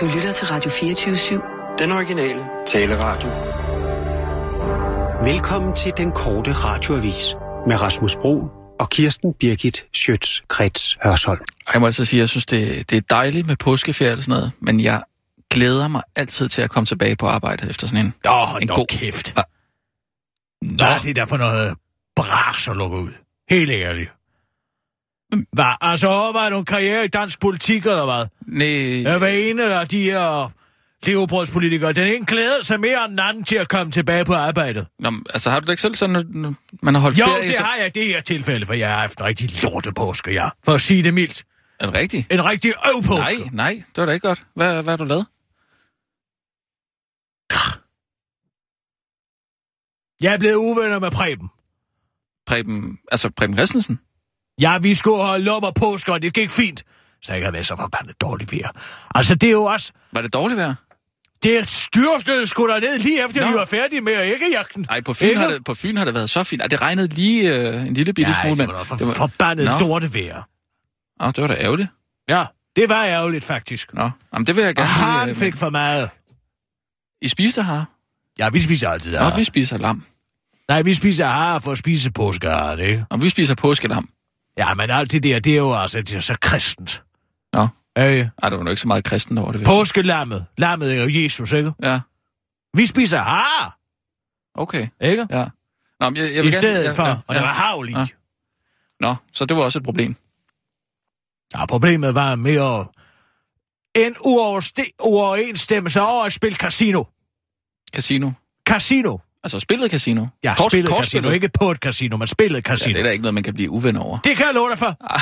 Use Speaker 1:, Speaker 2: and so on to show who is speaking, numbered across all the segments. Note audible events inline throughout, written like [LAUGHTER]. Speaker 1: Du lytter til Radio 24-7.
Speaker 2: Den originale taleradio.
Speaker 3: Velkommen til den korte radioavis med Rasmus Bro og Kirsten Birgit Schøtz-Krets Hørsholm.
Speaker 4: Jeg må altså sige, at jeg synes, det, det er dejligt med påskeferie og sådan noget, men jeg glæder mig altid til at komme tilbage på arbejde efter sådan en,
Speaker 5: Nå, hold
Speaker 4: en
Speaker 5: dog
Speaker 4: god...
Speaker 5: kæft.
Speaker 4: Ah.
Speaker 5: Nå. Hvad er det der for noget bras at lukke ud? Helt ærligt. Hvad? Altså, var du en karriere i dansk politik, eller hvad?
Speaker 4: Nej,
Speaker 5: Ja, hver ene af de her levebrødspolitikere, den ene glæder sig mere end den anden til at komme tilbage på arbejdet.
Speaker 4: nå, men altså har du det ikke selv sådan, at når man har holdt
Speaker 5: Jo,
Speaker 4: ferie?
Speaker 5: det har jeg i det her tilfælde, for jeg har haft en rigtig lorte påske, ja. For at sige det mildt.
Speaker 4: Er det rigtigt?
Speaker 5: En rigtig øv
Speaker 4: Nej,
Speaker 5: påske.
Speaker 4: nej, det var da ikke godt. Hvad, hvad har du lavet?
Speaker 5: Jeg er blevet uvenner med Preben.
Speaker 4: Preben, altså Preben Christensen?
Speaker 5: Ja, vi skulle holde lom og påske, og det gik fint. Så jeg kan være så forbandet dårligt vejr. Altså, det er jo også...
Speaker 4: Var det dårligt vejr?
Speaker 5: Det styrtede sgu da ned lige efter,
Speaker 4: Nå.
Speaker 5: vi var færdige med at ikke jagten.
Speaker 4: Nej, på Fyn,
Speaker 5: Ikke?
Speaker 4: har det, på Fyn har det været så fint. Ej, det regnede lige øh, en lille bitte
Speaker 5: Ja,
Speaker 4: smule,
Speaker 5: det var
Speaker 4: men...
Speaker 5: noget for,
Speaker 4: det var-
Speaker 5: forbandet
Speaker 4: Nå.
Speaker 5: lorte vejr.
Speaker 4: Åh, det var da ærgerligt.
Speaker 5: Ja, det var ærgerligt faktisk.
Speaker 4: Nå, Jamen, det vil jeg
Speaker 5: Og
Speaker 4: gerne
Speaker 5: han
Speaker 4: øh,
Speaker 5: fik for meget.
Speaker 4: men- I spiste her?
Speaker 5: Ja, vi spiser altid
Speaker 4: Ja. Nå,
Speaker 5: har.
Speaker 4: vi spiser lam.
Speaker 5: Nej, vi spiser har for at spise påskehar, ikke?
Speaker 4: Og vi spiser påskelam.
Speaker 5: Ja, men alt det der, det er jo altså det er så kristent.
Speaker 4: Nå.
Speaker 5: Øh,
Speaker 4: Ej, der var nok ikke så meget kristen over det. vil jeg
Speaker 5: påskelammet. Lammet er jo Jesus, ikke?
Speaker 4: sige. Ja,
Speaker 5: Vi spiser har,
Speaker 4: okay.
Speaker 5: ikke?
Speaker 4: Ja. Nå, men jeg, jeg
Speaker 5: I
Speaker 4: vil gerne,
Speaker 5: stedet
Speaker 4: jeg,
Speaker 5: for,
Speaker 4: Ja,
Speaker 5: og der var
Speaker 4: ja.
Speaker 5: havl i.
Speaker 4: Ja. Nå, så det var også et problem.
Speaker 5: Ja, problemet var mere en uoverste- uoverensstemmelse over at spille casino.
Speaker 4: Casino.
Speaker 5: Casino.
Speaker 4: Altså spillet casino.
Speaker 5: Ja,
Speaker 4: Kort-
Speaker 5: spillet
Speaker 4: kortspillet.
Speaker 5: casino. Ikke på et casino, men spillet
Speaker 4: Ja,
Speaker 5: casino.
Speaker 4: det er
Speaker 5: Ja, det,
Speaker 4: da ikke noget, man kan blive uven over.
Speaker 5: det kan jeg love dig for.
Speaker 4: Ah,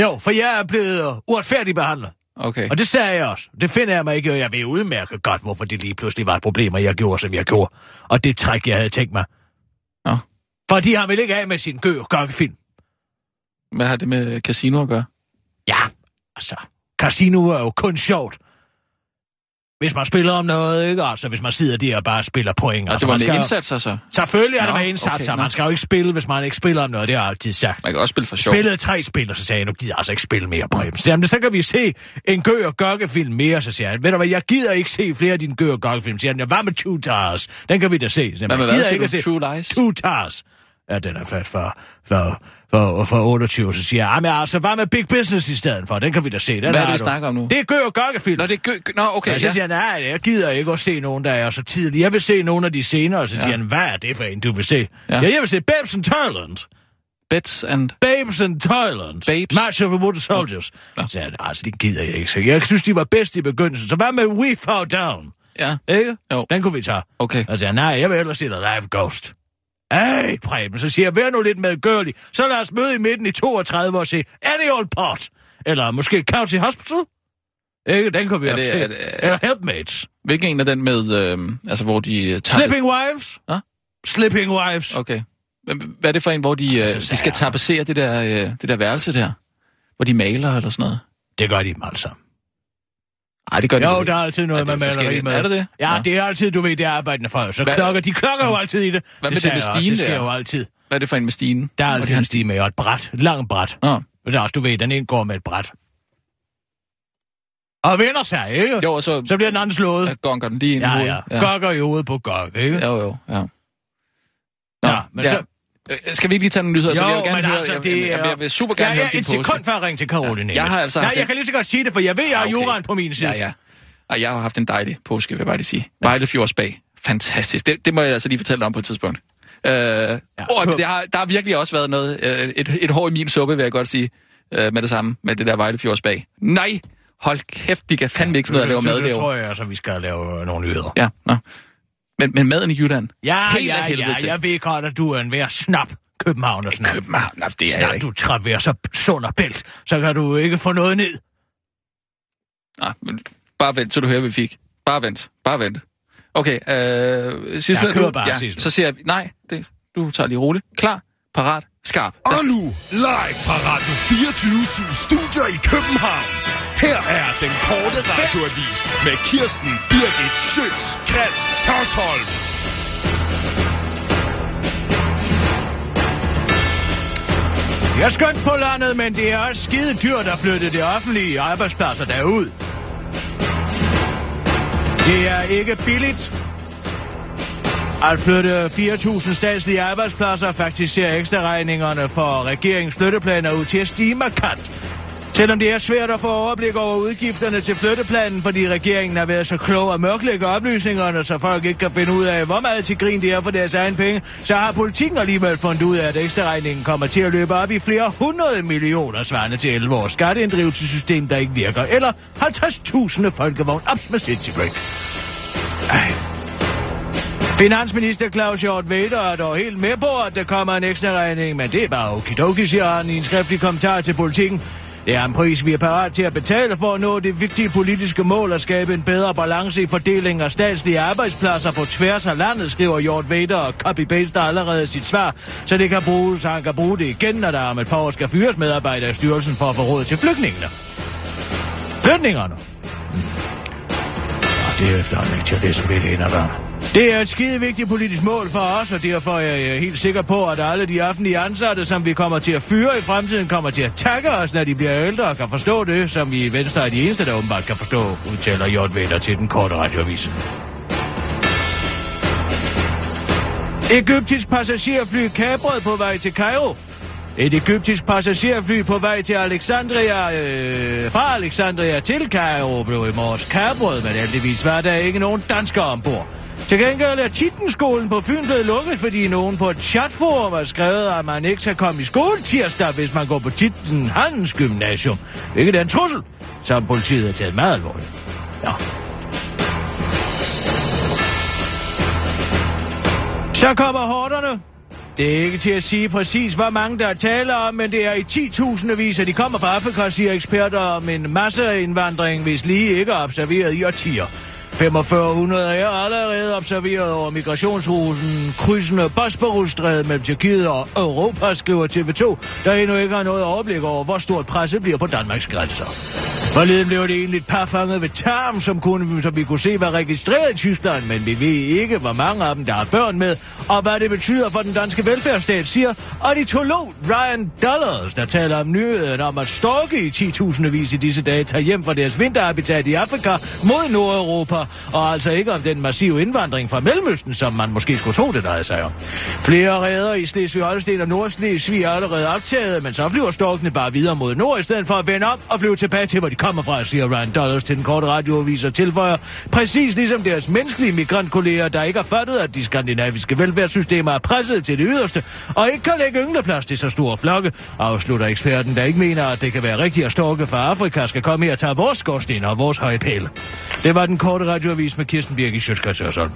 Speaker 5: Jo, for jeg er blevet øh, uretfærdigt behandlet.
Speaker 4: Okay.
Speaker 5: Og det sagde jeg også. Det finder jeg mig ikke, og jeg ved udmærke godt, hvorfor det lige pludselig var et problem, og jeg gjorde, som jeg gjorde. Og det træk, jeg havde tænkt mig.
Speaker 4: Nå.
Speaker 5: For de har vel ikke af med sin gø gokkefilm.
Speaker 4: Hvad har det med casino at gøre?
Speaker 5: Ja, altså, casino er jo kun sjovt. Hvis man spiller om noget, ikke? Altså, hvis man sidder der og bare spiller point.
Speaker 4: Altså,
Speaker 5: altså,
Speaker 4: det var
Speaker 5: man
Speaker 4: med
Speaker 5: skal...
Speaker 4: indsatser, så.
Speaker 5: Selvfølgelig er der
Speaker 4: Nå,
Speaker 5: med indsatser.
Speaker 4: okay, nå.
Speaker 5: man skal jo ikke spille, hvis man ikke spiller om noget. Det har jeg altid sagt.
Speaker 4: Man kan også spille for sjov.
Speaker 5: spillede tre spil, og så sagde jeg, nu gider jeg altså ikke spille mere på Jamen, Jamen, så kan vi se en Gø og Gokke-film mere, så siger han. Ved du hvad, jeg gider ikke se flere af dine Gø og Gokke-film. Siger han, "Ja, hvad med Two Tars? Den kan vi da se. Så,
Speaker 4: Hvad med
Speaker 5: jeg gider
Speaker 4: hvad,
Speaker 5: ikke
Speaker 4: ikke
Speaker 5: at se
Speaker 4: True Lies?
Speaker 5: Two Tars. Ja, den er fat for, for, for, for 28, så siger jeg, "Jamen, altså, hvad med Big Business i stedet for? Den kan vi da se. Den
Speaker 4: Hvad er
Speaker 5: har
Speaker 4: det, vi
Speaker 5: du."
Speaker 4: snakker om nu?
Speaker 5: Det er Gø og Gokke-film.
Speaker 4: Nå, det er gø... gø- Nå, okay,
Speaker 5: Okay,
Speaker 4: ja.
Speaker 5: og så siger han, nej, jeg gider ikke at se nogen, der er så tidlig. Jeg vil se nogen af de senere. Og så siger han, hvad er det for en, du vil se? Ja,
Speaker 4: Ja.
Speaker 5: jeg vil se Babes and Thailand.
Speaker 4: Bets and...
Speaker 5: Babes and Thailand.
Speaker 4: Babes?
Speaker 5: March of the Wooden Soldiers.
Speaker 4: Nå.
Speaker 5: Så jeg, altså, det gider jeg ikke. Så jeg synes, de var bedst i begyndelsen. Så hvad med We Fall Down?
Speaker 4: Ja,
Speaker 5: Ikke?
Speaker 4: Jo.
Speaker 5: Den kunne vi tage.
Speaker 4: okay.
Speaker 5: Og så jeg, nej, jeg vil hellere se The Live Ghost. Ej, Preben, så siger jeg, vær nu lidt medgørlig. Så lad os møde i midten i 32 og se Any Old Pot. Eller måske County Hospital. Ikke? Den kunne vi
Speaker 4: Er
Speaker 5: også
Speaker 4: det-
Speaker 5: se.
Speaker 4: er det-
Speaker 5: Eller Helpmates.
Speaker 4: Hvilken en af den med... Øh, altså, hvor de øh, tager...
Speaker 5: Slipping Wives.
Speaker 4: Hva?
Speaker 5: Slipping Wives.
Speaker 4: Okay. Hvem- Hvad er det for en, hvor de, øh,
Speaker 5: Altså,
Speaker 4: de
Speaker 5: så
Speaker 4: skal
Speaker 5: er-
Speaker 4: tapacere det der, øh, det der værelse der? Hvor de maler eller sådan noget?
Speaker 5: Det gør de dem alle sammen.
Speaker 4: Nej, det gør de
Speaker 5: Jo,
Speaker 4: ikke.
Speaker 5: der er altid noget
Speaker 4: Ja, det er
Speaker 5: med maleri
Speaker 4: forskelligt.
Speaker 5: med.
Speaker 4: Er der det?
Speaker 5: Ja,
Speaker 4: Nå.
Speaker 5: det er altid, du ved, det er arbejdende folk. Så
Speaker 4: Hvad- Mm.
Speaker 5: klokker, de klokker jo altid i det.
Speaker 4: med
Speaker 5: det, sagde
Speaker 4: det med
Speaker 5: jeg også,
Speaker 4: stigen
Speaker 5: Det sker
Speaker 4: der?
Speaker 5: jo altid.
Speaker 4: Hvad er det for en med stigen?
Speaker 5: Der er
Speaker 4: Hvor de
Speaker 5: altid
Speaker 4: har
Speaker 5: en
Speaker 4: en stige.
Speaker 5: stige med, og et bræt. Et langt bræt.
Speaker 4: Nå.
Speaker 5: Og der er også, du ved, den ene går med et bræt. Og vender sig, ikke?
Speaker 4: Jo, og så,
Speaker 5: Så bliver den anden slået.
Speaker 4: så gonker den lige ind i
Speaker 5: Ja,
Speaker 4: hovedet.
Speaker 5: ja. Gokker i hovedet på gok, ikke?
Speaker 4: Jo, jo, ja. Nå,
Speaker 5: Nå, men så-
Speaker 4: Øh, Skal vi ikke lige tage den nyhed? så vil
Speaker 5: Jo,
Speaker 4: jeg gerne
Speaker 5: men
Speaker 4: høre,
Speaker 5: altså,
Speaker 4: jeg,
Speaker 5: det
Speaker 4: jeg, jeg,
Speaker 5: er-
Speaker 4: jeg, vil super
Speaker 5: Ja,
Speaker 4: gerne høre
Speaker 5: ja,
Speaker 4: om din
Speaker 5: et
Speaker 4: påske.
Speaker 5: sekund før ring til Karoline.
Speaker 4: Jeg har altså
Speaker 5: Nej,
Speaker 4: haft
Speaker 5: jeg
Speaker 4: en-
Speaker 5: kan lige så godt sige det, for jeg ved, jeg har
Speaker 4: Ja, okay.
Speaker 5: juraen på min side.
Speaker 4: Ja, ja. Og jeg har haft en dejlig påske, vil jeg bare lige sige. Vejle Fjords bag. Fantastisk. Det, det må jeg altså lige fortælle dig om på et tidspunkt. Øh, ja, og
Speaker 5: kom.
Speaker 4: det har, der har virkelig også været noget, øh, et, et hår i min suppe, vil jeg godt sige, øh, med det samme, med det der Vejle Fjords bag. Nej! Hold kæft, de kan fandme ikke finde ud af at lave
Speaker 5: Så-
Speaker 4: mad
Speaker 5: så
Speaker 4: derovre.
Speaker 5: tror jeg altså, vi skal lave øh, nogle nyheder.
Speaker 4: Ja, nå. Men, men maden i Jylland?
Speaker 5: Ja,
Speaker 4: Helt af
Speaker 5: ja,
Speaker 4: helvede
Speaker 5: ja,
Speaker 4: til.
Speaker 5: jeg ved godt, at du er en værd snap. København og snap.
Speaker 4: København, nej, det er jeg
Speaker 5: Snart
Speaker 4: ikke.
Speaker 5: du traverser sund og bælt, så kan du ikke få noget ned.
Speaker 4: Nej, men bare vent, så du hører, hvad vi fik. Bare vent, bare vent. Okay, øh, Sisle,
Speaker 5: Jeg kører
Speaker 4: du-
Speaker 5: bare, Sissel.
Speaker 4: så siger jeg, nej, det, du tager lige roligt. Klar, parat, skarp.
Speaker 6: Og nu, live fra Radio 24 Studio i København. Her er den korte radioavis med Kirsten Birgit Schøtz Krets Hørsholm.
Speaker 5: Det er skønt på landet, men det er også skide dyrt at flytte det offentlige arbejdspladser derud. Det er ikke billigt. At flytte 4.000 statslige arbejdspladser faktisk ser ekstra regningerne for regeringens flytteplaner ud til at stige markant. Selvom det er svært at få overblik over udgifterne til flytteplanen, fordi regeringen har været så klog at mørklægge oplysningerne, så folk ikke kan finde ud af, hvor meget til grin det er for deres egen penge, så har politikken alligevel fundet ud af, at ekstraregningen kommer til at løbe op i flere hundrede millioner svarende til 11 års skatteinddrivelsessystem, der ikke virker, eller 50.000 folkevogn ops med Citybrik. Finansminister Claus Hjort Vader er dog helt med på, at der kommer en ekstra regning, men det er bare okidoki, siger han i en skriftlig kommentar til politikken. Det er en pris, vi er parat til at betale for at nå det vigtige politiske mål at skabe en bedre balance i fordelingen af statslige arbejdspladser på tværs af landet, skriver Hjort Vader og copy-paster allerede sit svar, så det kan bruges, så han kan bruge det igen, når der om et par år skal fyres medarbejdere i styrelsen for at få råd til flygtningene. Flygtningerne! Og det er efterhånden ikke til at læse midt ind ad døren. Det er et skide vigtigt politisk mål for os, og derfor er jeg helt sikker på, at alle de offentlige ansatte, som vi kommer til at fyre i fremtiden, kommer til at takke os, når de bliver ældre og kan forstå det, som vi i Venstre er de eneste, der åbenbart kan forstå, udtaler Jort Vetter til den korte radioavis. Ægyptisk passagerfly kabret på vej til Cairo. Et egyptisk passagerfly på vej til Alexandria, øh, fra Alexandria til Cairo blev i morges kabret, men heldigvis var der ikke nogen danskere ombord. Til gengæld er Tittenskolen på Fyn blevet lukket, fordi nogen på et chatforum har skrevet, at man ikke skal komme i skole tirsdag, hvis man går på Titten Handelsgymnasium. Hvilket er en trussel, som politiet har taget meget alvorligt. Ja. Så kommer hårderne. Det er ikke til at sige præcis, hvor mange der er tale om, men det er i 10.000 vis, at de kommer fra Afrika, siger eksperter om en masseindvandring, hvis lige ikke er observeret i årtier. 4500 er allerede observeret over migrationsruten, krydsende Bosporusstrædet mellem Tyrkiet og Europa, skriver TV2, der endnu ikke har noget overblik over, hvor stort presset bliver på Danmarks grænser. Forleden blev det egentlig et par fanget ved Tarm, som, kunne, som vi kunne se var registreret i Tyskland, men vi ved ikke, hvor mange af dem, der har børn med, og hvad det betyder for den danske velfærdsstat, siger ornitolog Ryan Dollars, der taler om nyheden om, at storke i 10.000 vis i disse dage tager hjem fra deres vinterhabitat i Afrika mod Nordeuropa, og altså ikke om den massive indvandring fra Mellemøsten, som man måske skulle tro, det drejede sig om. Flere redder i Slesvig-Holsten og Nordslesvig er allerede optaget, men så flyver storkene bare videre mod nord, i stedet for at vende om og flyve tilbage til, hvor de kommer fra, siger Ryan Dollars til den korte radioavis og tilføjer. Præcis ligesom deres menneskelige migrantkolleger, der ikke har fattet, at de skandinaviske velfærdssystemer er presset til det yderste, og ikke kan lægge yngleplads til så store flokke, afslutter eksperten, der ikke mener, at det kan være rigtigt at storke fra Afrika skal komme her og tage vores skorsten og vores høje pæle. Det var den korte radioavis med Kirsten Birk i Sjøtskrets Hørsholm.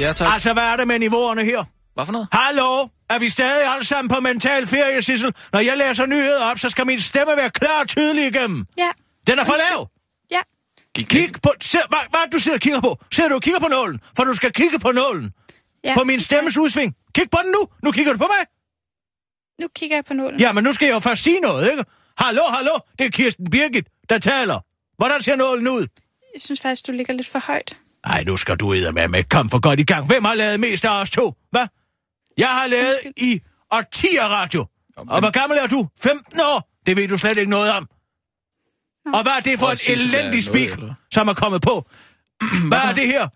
Speaker 4: Ja, tak.
Speaker 5: Altså, hvad er det med niveauerne her?
Speaker 4: Hvad for noget?
Speaker 5: Hallo? Er vi stadig alle sammen på mental ferie, Sissel? Når jeg læser nyheder op, så skal min stemme være klar og tydelig igennem.
Speaker 7: Ja,
Speaker 5: Den er for lav.
Speaker 7: ja.
Speaker 4: Gik,
Speaker 5: Kig på... Se, hvad, hvad er det, du sidder og kigger på? Sidder du og kigger på nålen? For du skal kigge på nålen.
Speaker 7: ja.
Speaker 5: På min stemmes udsving. Kig på den nu. Nu kigger du på mig.
Speaker 7: Nu kigger jeg på nålen.
Speaker 5: Ja, men nu skal jeg jo først sige noget, ikke? Hallo, hallo. Det er Kirsten Birgit, der taler. Hvordan ser nålen ud?
Speaker 7: Jeg synes faktisk, du ligger lidt for højt.
Speaker 5: Ej, nu skal du med med. Kom for godt i gang. Hvem har lavet mest af os to? Hvad? Jeg har lavet i årtier radio. Og hvor gammel er du? 15 år? Det ved du slet ikke noget om. Og hvad er det for
Speaker 4: Åh,
Speaker 5: et
Speaker 4: jeg synes, jeg er
Speaker 5: elendigt
Speaker 4: noget
Speaker 5: spik,
Speaker 4: ældre.
Speaker 5: som er kommet
Speaker 4: [CLEARS THROAT]
Speaker 5: på? Hvad er det her?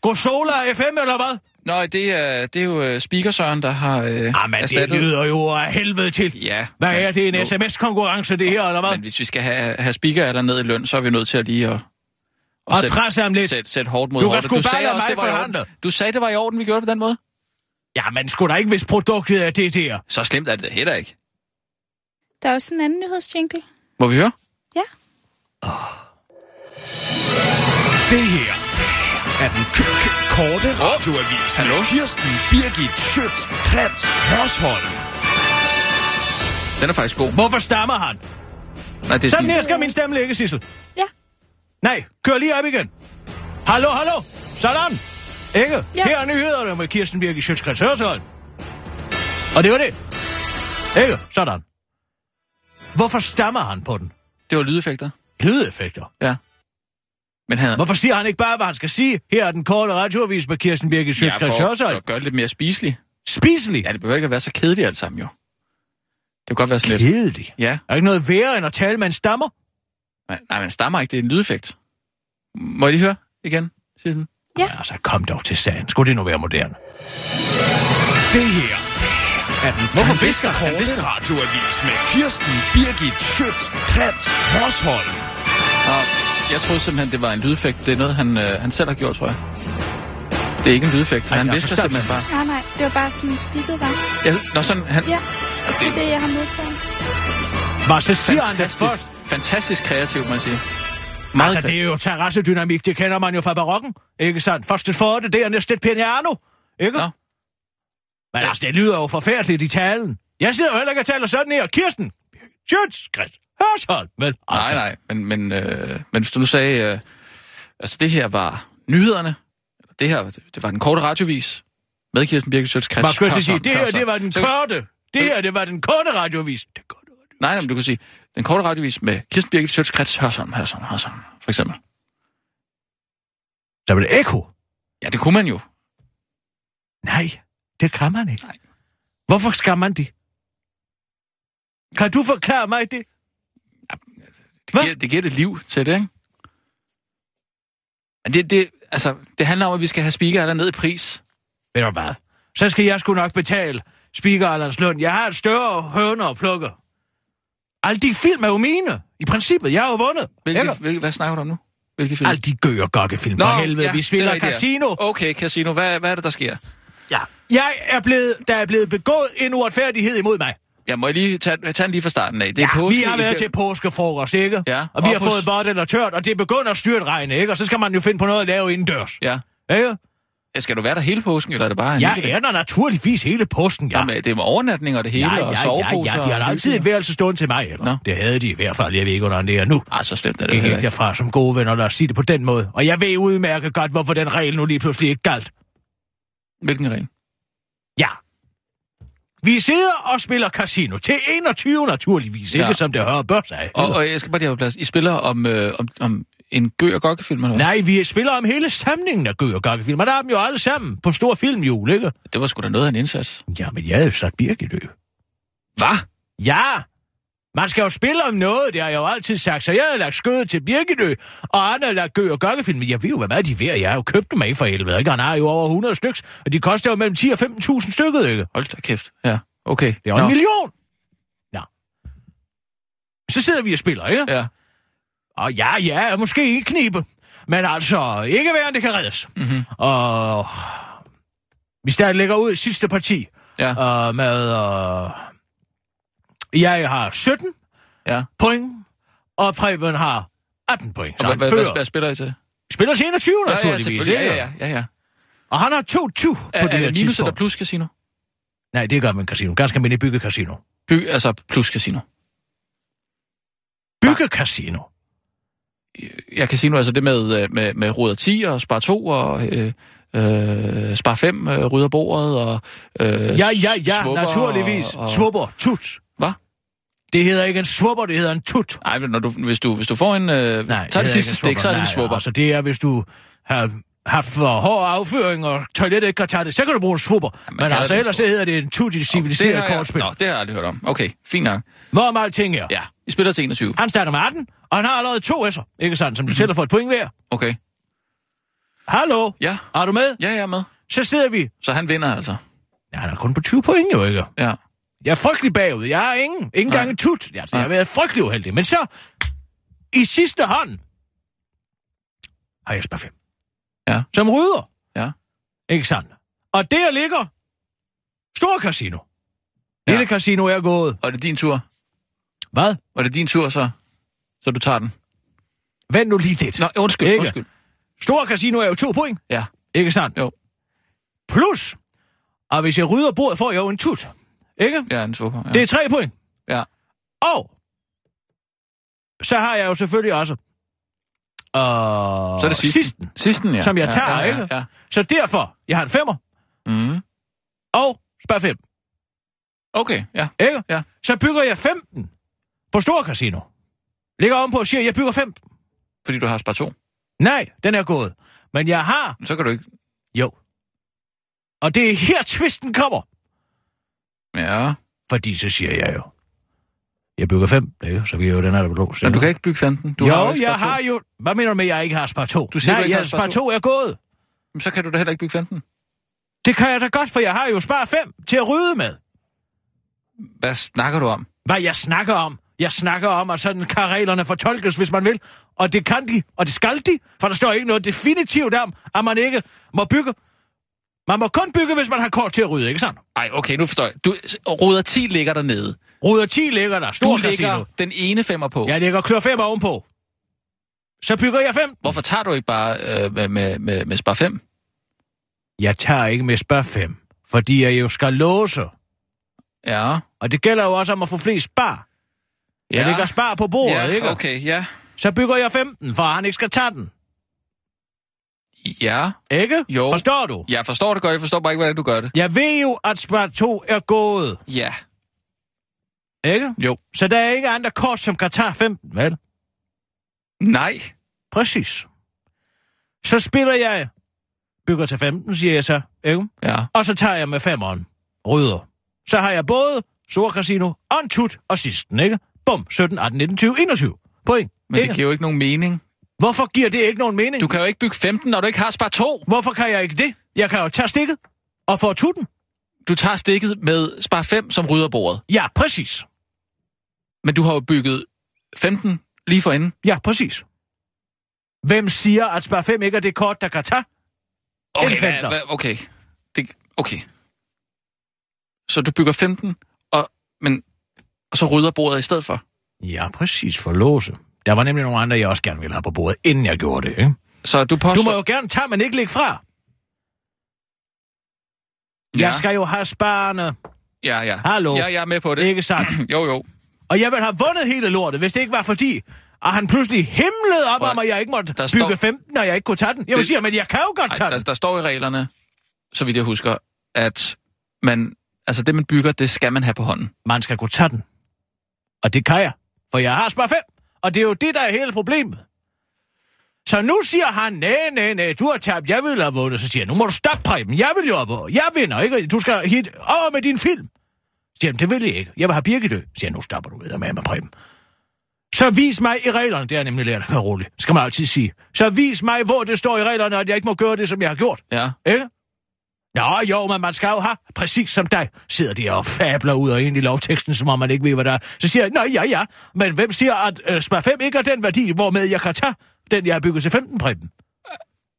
Speaker 5: Gosola FM, eller hvad?
Speaker 4: Nej, det er, det er jo øh, Speaker Søren, der har øh,
Speaker 5: Jamen, Ah, det lyder jo af helvede til.
Speaker 4: Ja.
Speaker 5: Hvad er det,
Speaker 4: Nå.
Speaker 5: en sms-konkurrence, det her, eller hvad?
Speaker 4: Men hvis vi skal have, have Speaker eller ned i løn, så er vi nødt til at lige at...
Speaker 5: Og presse ham lidt.
Speaker 4: Sæt, sæt hårdt mod
Speaker 5: Du kan
Speaker 4: hårdt.
Speaker 5: sgu bare lade mig
Speaker 4: det var i
Speaker 5: forhandle.
Speaker 4: orden. Du sagde, det var i orden, vi gjorde det på den måde.
Speaker 5: Jamen, skulle da ikke, hvis produktet er det der?
Speaker 4: Så slemt er det da heller ikke.
Speaker 7: Der er også en anden nyhedsjingle.
Speaker 4: Må vi høre?
Speaker 7: Ja.
Speaker 6: Det her er den k- k- korte radioavis
Speaker 4: hallo?
Speaker 6: med Kirsten Birgit Schøtz-Krets Hørsholm.
Speaker 4: Den er faktisk god.
Speaker 5: Hvorfor stammer han?
Speaker 4: Nej, det er
Speaker 5: Sådan
Speaker 4: sådan,
Speaker 5: her skal min stemme ligge, Sissel.
Speaker 7: Ja.
Speaker 5: Nej, kør lige op igen. Hallo, hallo. Sådan. Ikke?
Speaker 7: Ja.
Speaker 5: Her er nyhederne med Kirsten Birk i Sjøtskrets Hørsholm. Og det var det. Ikke? Sådan. Hvorfor stammer han på den?
Speaker 4: det var lydeffekter.
Speaker 5: Lydeffekter.
Speaker 4: Ja. Men han...
Speaker 5: Hvorfor siger han ikke bare, hvad han skal sige? Her er den korte radioavis med Kirsten Birk i Sjøtskrets
Speaker 4: for at-
Speaker 5: Hørsholm.
Speaker 4: at gøre det lidt mere spiselig.
Speaker 5: Spiselig.
Speaker 4: Ja, det behøver ikke at være så kedeligt alt sammen, jo. Det kan godt være sådan lidt...
Speaker 5: Kedelig.
Speaker 4: Ja,
Speaker 5: Er der ikke noget værre end at tale med en stammer?
Speaker 4: man, nej, man stammer ikke. Det er en lydeffekt. Må jeg lige høre igen, Sissel?
Speaker 7: Ja.
Speaker 5: Men altså, kom dog til sagen. Skulle det nu være moderne?
Speaker 6: Det her er den
Speaker 4: Hvorfor visker han? Han
Speaker 6: korte
Speaker 4: visker.
Speaker 6: radioavis med Kirsten Birgit Schøtz-Krets Hørsholm.
Speaker 4: Nå, jeg troede simpelthen, det var en lydeffekt. Det er noget, han, øh, han selv har gjort, tror jeg. Det er ikke en lydeffekt.
Speaker 5: Ej,
Speaker 4: Han
Speaker 5: jeg
Speaker 4: visker
Speaker 5: forstår
Speaker 4: simpelthen bare.
Speaker 7: Nej, nej, det var bare sådan en spikket var.
Speaker 4: Ja, nå, sådan, han,
Speaker 7: Ja, altså, det er det, jeg har modtaget.
Speaker 5: Hvad så siger han det
Speaker 4: fantastisk,
Speaker 5: først?
Speaker 4: fantastisk kreativt, må jeg sige. Meget
Speaker 5: Altså, det er jo terrassedynamik, det kender man jo fra barokken. Ikke sandt? Først et forte, det er næste et piano. Ikke?
Speaker 4: Nå.
Speaker 5: Men altså, det lyder jo forfærdeligt i talen. Jeg sidder jo heller ikke og taler sådan her. Kirsten! Sjøts! Chris! Hørsholm! Men
Speaker 4: Nej,
Speaker 5: altså,
Speaker 4: nej, men, men, øh, men hvis du nu sagde, øh, altså det her var nyhederne, det her det var den korte radiovis med Kirsten Birgit Sjøts Krets.
Speaker 5: Hvad skulle jeg så sige?
Speaker 4: Altså, Hørsholm,
Speaker 5: Det her,
Speaker 4: Hørsholm.
Speaker 5: det var den
Speaker 4: Så-
Speaker 5: korte. Det her, det var den korte radiovis. Det går
Speaker 4: Nej, nej, men du kan sige, den korte radiovis med Kirsten Birgit Sjøts Krets Hørsholm, Hørsholm, Hørsholm, for eksempel.
Speaker 5: Der vil ekko.
Speaker 4: Ja, det kunne man jo.
Speaker 5: Nej, det kan man ikke.
Speaker 4: Nej.
Speaker 5: Hvorfor skal man det? Kan du forklare mig det?
Speaker 4: Det
Speaker 5: Hvad?
Speaker 4: giver, det giver det liv til det, ikke? Men det, det, altså, det handler om, at vi skal have speaker, der ned i pris.
Speaker 5: Ved du hvad? Så skal jeg sgu nok betale Speaker Allans Lund. Jeg har et større høne at plukke. Alle de film er jo mine. I princippet, jeg har jo vundet.
Speaker 4: Hvilke,
Speaker 5: Ikke?
Speaker 4: hvilke, hvad snakker du om nu? Hvilke film?
Speaker 5: Alle de gøger gokkefilm. For helvede, vi
Speaker 4: det er
Speaker 5: spiller
Speaker 4: rigtigt, ja.
Speaker 5: casino.
Speaker 4: Okay, casino. Hvad, hvad er det, der sker?
Speaker 5: Ja. Jeg er blevet, der er blevet begået en uretfærdighed imod mig.
Speaker 4: Jeg må lige tage, tage den lige fra starten af. Det er
Speaker 5: Ja,
Speaker 4: påske,
Speaker 5: vi har
Speaker 4: I
Speaker 5: været
Speaker 4: skal-
Speaker 5: til påskefrokost, ikke?
Speaker 4: Ja,
Speaker 5: Og vi har
Speaker 4: og hos-
Speaker 5: fået vådt eller tørt, og det er begyndt at styrt regne, ikke? Og så skal man jo finde på noget at lave indendørs.
Speaker 4: Ja.
Speaker 5: Ikke?
Speaker 4: Ja, Skal du være der hele påsken, eller er det bare en
Speaker 5: Jeg
Speaker 4: lille-
Speaker 5: er der naturligvis hele påsken, ja.
Speaker 4: Jamen, det er med overnatning og det hele,
Speaker 5: Ja,
Speaker 4: og
Speaker 5: ja, ja,
Speaker 4: soveposer.
Speaker 5: ja, de har da
Speaker 4: og
Speaker 5: altid et
Speaker 4: hyggeligt.
Speaker 5: værelse stående til mig, eller?
Speaker 4: Nå.
Speaker 5: Det havde de i hvert fald, jeg ved ikke, hvordan det er nu.
Speaker 4: Ej, Ah, så slemt er det
Speaker 5: Gik
Speaker 4: heller
Speaker 5: ikke
Speaker 4: ikke.
Speaker 5: derfra som gode venner, lad os sige det på den måde. Og jeg ved udmærket godt, hvorfor den regel nu lige pludselig ikke galt.
Speaker 4: Hvilken regel?
Speaker 5: Ja. Vi sidder og spiller casino til 21 naturligvis,
Speaker 4: Ja.
Speaker 5: ikke som det hører bør sig.
Speaker 4: Og, og jeg skal bare lige have plads. I spiller om, øh, om, om en gø og gokkefilm, eller hvad?
Speaker 5: Nej, vi spiller om hele samlingen af Gøg og Gokkefilm, og der er dem jo alle sammen på stor filmhjul, ikke?
Speaker 4: Det var sgu da noget af en indsats.
Speaker 5: Jamen, jeg havde jo sagt Birgitø.
Speaker 4: Hvad?
Speaker 5: Ja, man skal jo spille om noget, det har jeg jo altid sagt, så jeg havde lagt skødet til Birgitø, og Anna lagt Gøg og Gokkefilm, men jeg ved jo, hvad meget de er værd, jeg har jo købt dem af for helvede, ikke? Han har jo over 100 styks, og de koster jo mellem 10 og 15.000 stykket, ikke?
Speaker 4: Hold da kæft. Ja, okay.
Speaker 5: Det er jo en million! Ja. Så sidder vi og spiller, ikke?
Speaker 4: Ja.
Speaker 5: Og ja, ja, måske ikke knibe. Men altså, ikke værre, end det kan reddes.
Speaker 4: Mhm.
Speaker 5: Mm-hmm. Og vi stadig lægger ud i sidste parti
Speaker 4: Ja.
Speaker 5: ja. øh, med... Øh, jeg har 17
Speaker 4: Ja.
Speaker 5: point, og Preben har 18 point. Så
Speaker 4: Og
Speaker 5: han
Speaker 4: hvad,
Speaker 5: fører.
Speaker 4: hvad, hvad spiller I til?
Speaker 5: Spiller til 21,
Speaker 4: Ja, ja,
Speaker 5: naturligvis.
Speaker 4: selvfølgelig. Ja,
Speaker 5: ikke?
Speaker 4: ja, ja. ja.
Speaker 5: Og han har 2-2 på
Speaker 4: Er,
Speaker 5: det
Speaker 4: er det
Speaker 5: her
Speaker 4: minus eller
Speaker 5: tidspunkt.
Speaker 4: plus casino?
Speaker 5: Nej, det gør man casino. Ganske almindelig byggekasino.
Speaker 4: By, altså plus casino.
Speaker 5: Byggekasino?
Speaker 4: Ja, casino, altså det med, øh, med, med ruder 10 og spar 2 og øh, øh, spar 5, øh, rydder bordet og... Øh,
Speaker 5: Ja, ja, ja,
Speaker 4: svupper
Speaker 5: naturligvis.
Speaker 4: Og, og...
Speaker 5: Svupper. Tut.
Speaker 4: Hvad?
Speaker 5: Det hedder ikke en svupper, det hedder en tut.
Speaker 4: Ej, men når du, hvis, du, hvis du får en... Øh,
Speaker 5: Nej,
Speaker 4: Nej, tager det
Speaker 5: hedder ikke
Speaker 4: sidste
Speaker 5: en
Speaker 4: stik, så er det en
Speaker 5: Nej,
Speaker 4: svupper.
Speaker 5: Altså, det er, hvis du har haft for hård afføring, og toilettet ikke kan tage det, så kan du bruge en svupper. Men
Speaker 4: kalder
Speaker 5: altså,
Speaker 4: det en
Speaker 5: ellers så hedder det en tut i det
Speaker 4: det
Speaker 5: civiliserede
Speaker 4: har jeg-
Speaker 5: kortspil.
Speaker 4: Nå, det har jeg aldrig hørt om. Okay, fint nok.
Speaker 5: Hvor meget ting her?
Speaker 4: Ja, I spiller til 21.
Speaker 5: Han starter med 18, og han har allerede to S'er, ikke sandt,
Speaker 4: Mhm.
Speaker 5: som du tæller for et point hver.
Speaker 4: Okay.
Speaker 5: Hallo?
Speaker 4: Ja,
Speaker 5: Er du med?
Speaker 4: ja, jeg er med.
Speaker 5: Så sidder vi.
Speaker 4: Så han vinder altså.
Speaker 5: Ja, han er kun på 20 point, jo ikke?
Speaker 4: Ja.
Speaker 5: Jeg er frygtelig bagud. Jeg har ingen. Ingen engang en tut. Jeg, jeg har været frygtelig uheldig. Men så, i sidste hånd, har jeg spar 5.
Speaker 4: Ja.
Speaker 5: Som rydder.
Speaker 4: Ja.
Speaker 5: Ikke sandt? Og der ligger Stor Casino. Lille
Speaker 4: Ja.
Speaker 5: Casino er gået.
Speaker 4: Og det er din tur.
Speaker 5: Hvad?
Speaker 4: Og det er din tur, så, så du tager den.
Speaker 5: Vent nu lige lidt.
Speaker 4: Nå, undskyld,
Speaker 5: Ikke.
Speaker 4: undskyld.
Speaker 5: Stor Casino er jo to point.
Speaker 4: Ja.
Speaker 5: Ikke sandt?
Speaker 4: Jo.
Speaker 5: Plus, og hvis jeg rydder bordet, får jeg jo en tut. Ikke?
Speaker 4: Jeg er en svupper. Ja.
Speaker 5: Det er tre point.
Speaker 4: Ja.
Speaker 5: Og så har jeg jo selvfølgelig også øh,
Speaker 4: så er det sidsten.
Speaker 5: sidsten,
Speaker 4: Sidsten, ja.
Speaker 5: som jeg
Speaker 4: ja,
Speaker 5: tager,
Speaker 4: ja, ja,
Speaker 5: ikke?
Speaker 4: Ja.
Speaker 5: Så derfor, jeg har en femmer
Speaker 4: Mm.
Speaker 5: og spær fem,
Speaker 4: Okay, ja.
Speaker 5: ikke?
Speaker 4: Ja.
Speaker 5: Så bygger jeg 15 på Stor Casino. Ligger om på og siger, jeg bygger 5.
Speaker 4: Fordi du har spar 2.
Speaker 5: Nej, den er gået. Men jeg har
Speaker 4: Så kan du ikke...
Speaker 5: jo. Og det er her, tvisten kommer.
Speaker 4: Ja.
Speaker 5: Fordi så siger jeg jo, jeg bygger fem dage, så kan jeg jo den her der blå.
Speaker 4: Men du kan ikke bygge fanden. Du
Speaker 5: jo,
Speaker 4: har
Speaker 5: jeg
Speaker 4: Spar 2.
Speaker 5: har jo... Hvad mener du med, at jeg ikke har spar 2?
Speaker 4: Du siger,
Speaker 5: Nej,
Speaker 4: du ikke
Speaker 5: jeg
Speaker 4: har Spar 2.
Speaker 5: 2 er gået.
Speaker 4: Jamen, Så kan du da heller ikke bygge fanden.
Speaker 5: Det kan jeg da godt, for jeg har jo spar 5 til at rydde med.
Speaker 4: Hvad snakker du om?
Speaker 5: Hvad jeg snakker om? Jeg snakker om, at sådan kan reglerne fortolkes, hvis man vil. Og det kan de, og det skal de, for der står ikke noget definitivt om, at man ikke må bygge. Man må kun bygge, hvis man har kort til at rydde, ikke sandt?
Speaker 4: Ej, okay, nu forstår jeg. Du, ruder 10 ligger dernede.
Speaker 5: Ruder 10 ligger der,
Speaker 4: Du
Speaker 5: stor
Speaker 4: ligger
Speaker 5: casino.
Speaker 4: den ene femmer på.
Speaker 5: Jeg lægger klør 5 ovenpå. Så bygger jeg 5.
Speaker 4: Hvorfor tager du ikke bare øh, med, med, med, med spar 5?
Speaker 5: Jeg tager ikke med spar 5, fordi jeg jo skal låse.
Speaker 4: Ja.
Speaker 5: Og det gælder jo også om at få flest spar. Jeg lægger spar på bordet,
Speaker 4: ja,
Speaker 5: ikke?
Speaker 4: Okay, ja.
Speaker 5: Så bygger jeg 15, for at han ikke skal tage den.
Speaker 4: Ja,
Speaker 5: Ikke?
Speaker 4: Jo.
Speaker 5: Forstår du?
Speaker 4: jeg forstår det godt. Jeg forstår bare ikke, hvordan du gør det.
Speaker 5: Jeg ved jo, at spar 2 er gået.
Speaker 4: Ja.
Speaker 5: Ikke?
Speaker 4: Jo.
Speaker 5: Så der er ikke andre kort, som kan tage 15, vel?
Speaker 4: Nej.
Speaker 5: Præcis. Så spiller jeg, bygger til 15, siger jeg så, ikke?
Speaker 4: Ja.
Speaker 5: Og så tager jeg med femeren, rydder. Så har jeg både Stor Casino, og en tut og sidsten, ikke? Bum, 17, 18, 19, 20, 21. Point.
Speaker 4: Men
Speaker 5: ikke?
Speaker 4: det giver jo ikke nogen mening.
Speaker 5: Hvorfor giver det ikke nogen mening?
Speaker 4: Du
Speaker 5: Du...
Speaker 4: kan jo ikke bygge 15, når du ikke har spar 2.
Speaker 5: Hvorfor kan jeg ikke det? Jeg kan jo tage stikket og få tutten.
Speaker 4: Du tager stikket med spar 5, som rydder bordet.
Speaker 5: Ja, præcis.
Speaker 4: Men du har jo bygget 15 lige forinden.
Speaker 5: Ja, præcis. Hvem siger, at spar 5 ikke er det kort, der kan tage?
Speaker 4: Okay,
Speaker 5: En femmer.
Speaker 4: hvad, hvad, okay. Det, okay. Så du bygger 15, og, men, og så rydder bordet i stedet for.
Speaker 5: Ja, præcis for låse. Der var nemlig nogle andre, jeg også gerne ville have på bordet, inden jeg gjorde det, ikke?
Speaker 4: Så du påstår...
Speaker 5: Du må jo gerne tage, men ikke lægge fra. Ja. Jeg skal jo have sparerne,
Speaker 4: Ja, ja.
Speaker 5: Hallo.
Speaker 4: Ja, jeg er med på det. [CLEARS THROAT]
Speaker 5: ikke sandt?
Speaker 4: Jo, jo.
Speaker 5: Og jeg ville have vundet hele lortet, hvis det ikke var fordi, at han pludselig himlede op
Speaker 4: Prøv at-
Speaker 5: om, at jeg ikke måtte
Speaker 4: Der står-
Speaker 5: bygge 15, og jeg ikke kunne tage den. Jeg vil
Speaker 4: Det-
Speaker 5: sige, men jeg kan jo godt
Speaker 4: Ej,
Speaker 5: tage
Speaker 4: der,
Speaker 5: den.
Speaker 4: der står i reglerne, så vidt jeg husker, at man, altså det, man bygger, det skal man have på hånden.
Speaker 5: Man skal kunne tage den. Og det kan jeg, for jeg har spar 5. Og det er jo det, der er hele problemet. Så nu siger han, nej, nej, nej, du har tabt, jeg ville have vundet. Så siger jeg, nu må du stoppe, Preben, jeg vil jo have vundet. Jeg vinder, ikke? Du skal hit over med din film. Så Siger han, det vil jeg ikke. Jeg vil have Birgitø. Så Siger han, nu stopper du ved med med Preben. Så vis mig i reglerne, det har jeg nemlig lært at roligt, skal man altid sige. Så vis mig, hvor det står i reglerne, at jeg ikke må gøre det, som jeg har gjort.
Speaker 4: Ja.
Speaker 5: Ikke? Nå jo, men man skal jo have, præcis som dig, sidder de og fabler ud og ind i lovteksten, som om man ikke ved, hvad der er. Så siger jeg, nej, ja, ja, men hvem siger, at øh, spar 5 ikke er den værdi, hvormed jeg kan tage den, jeg har bygget til 15 præben?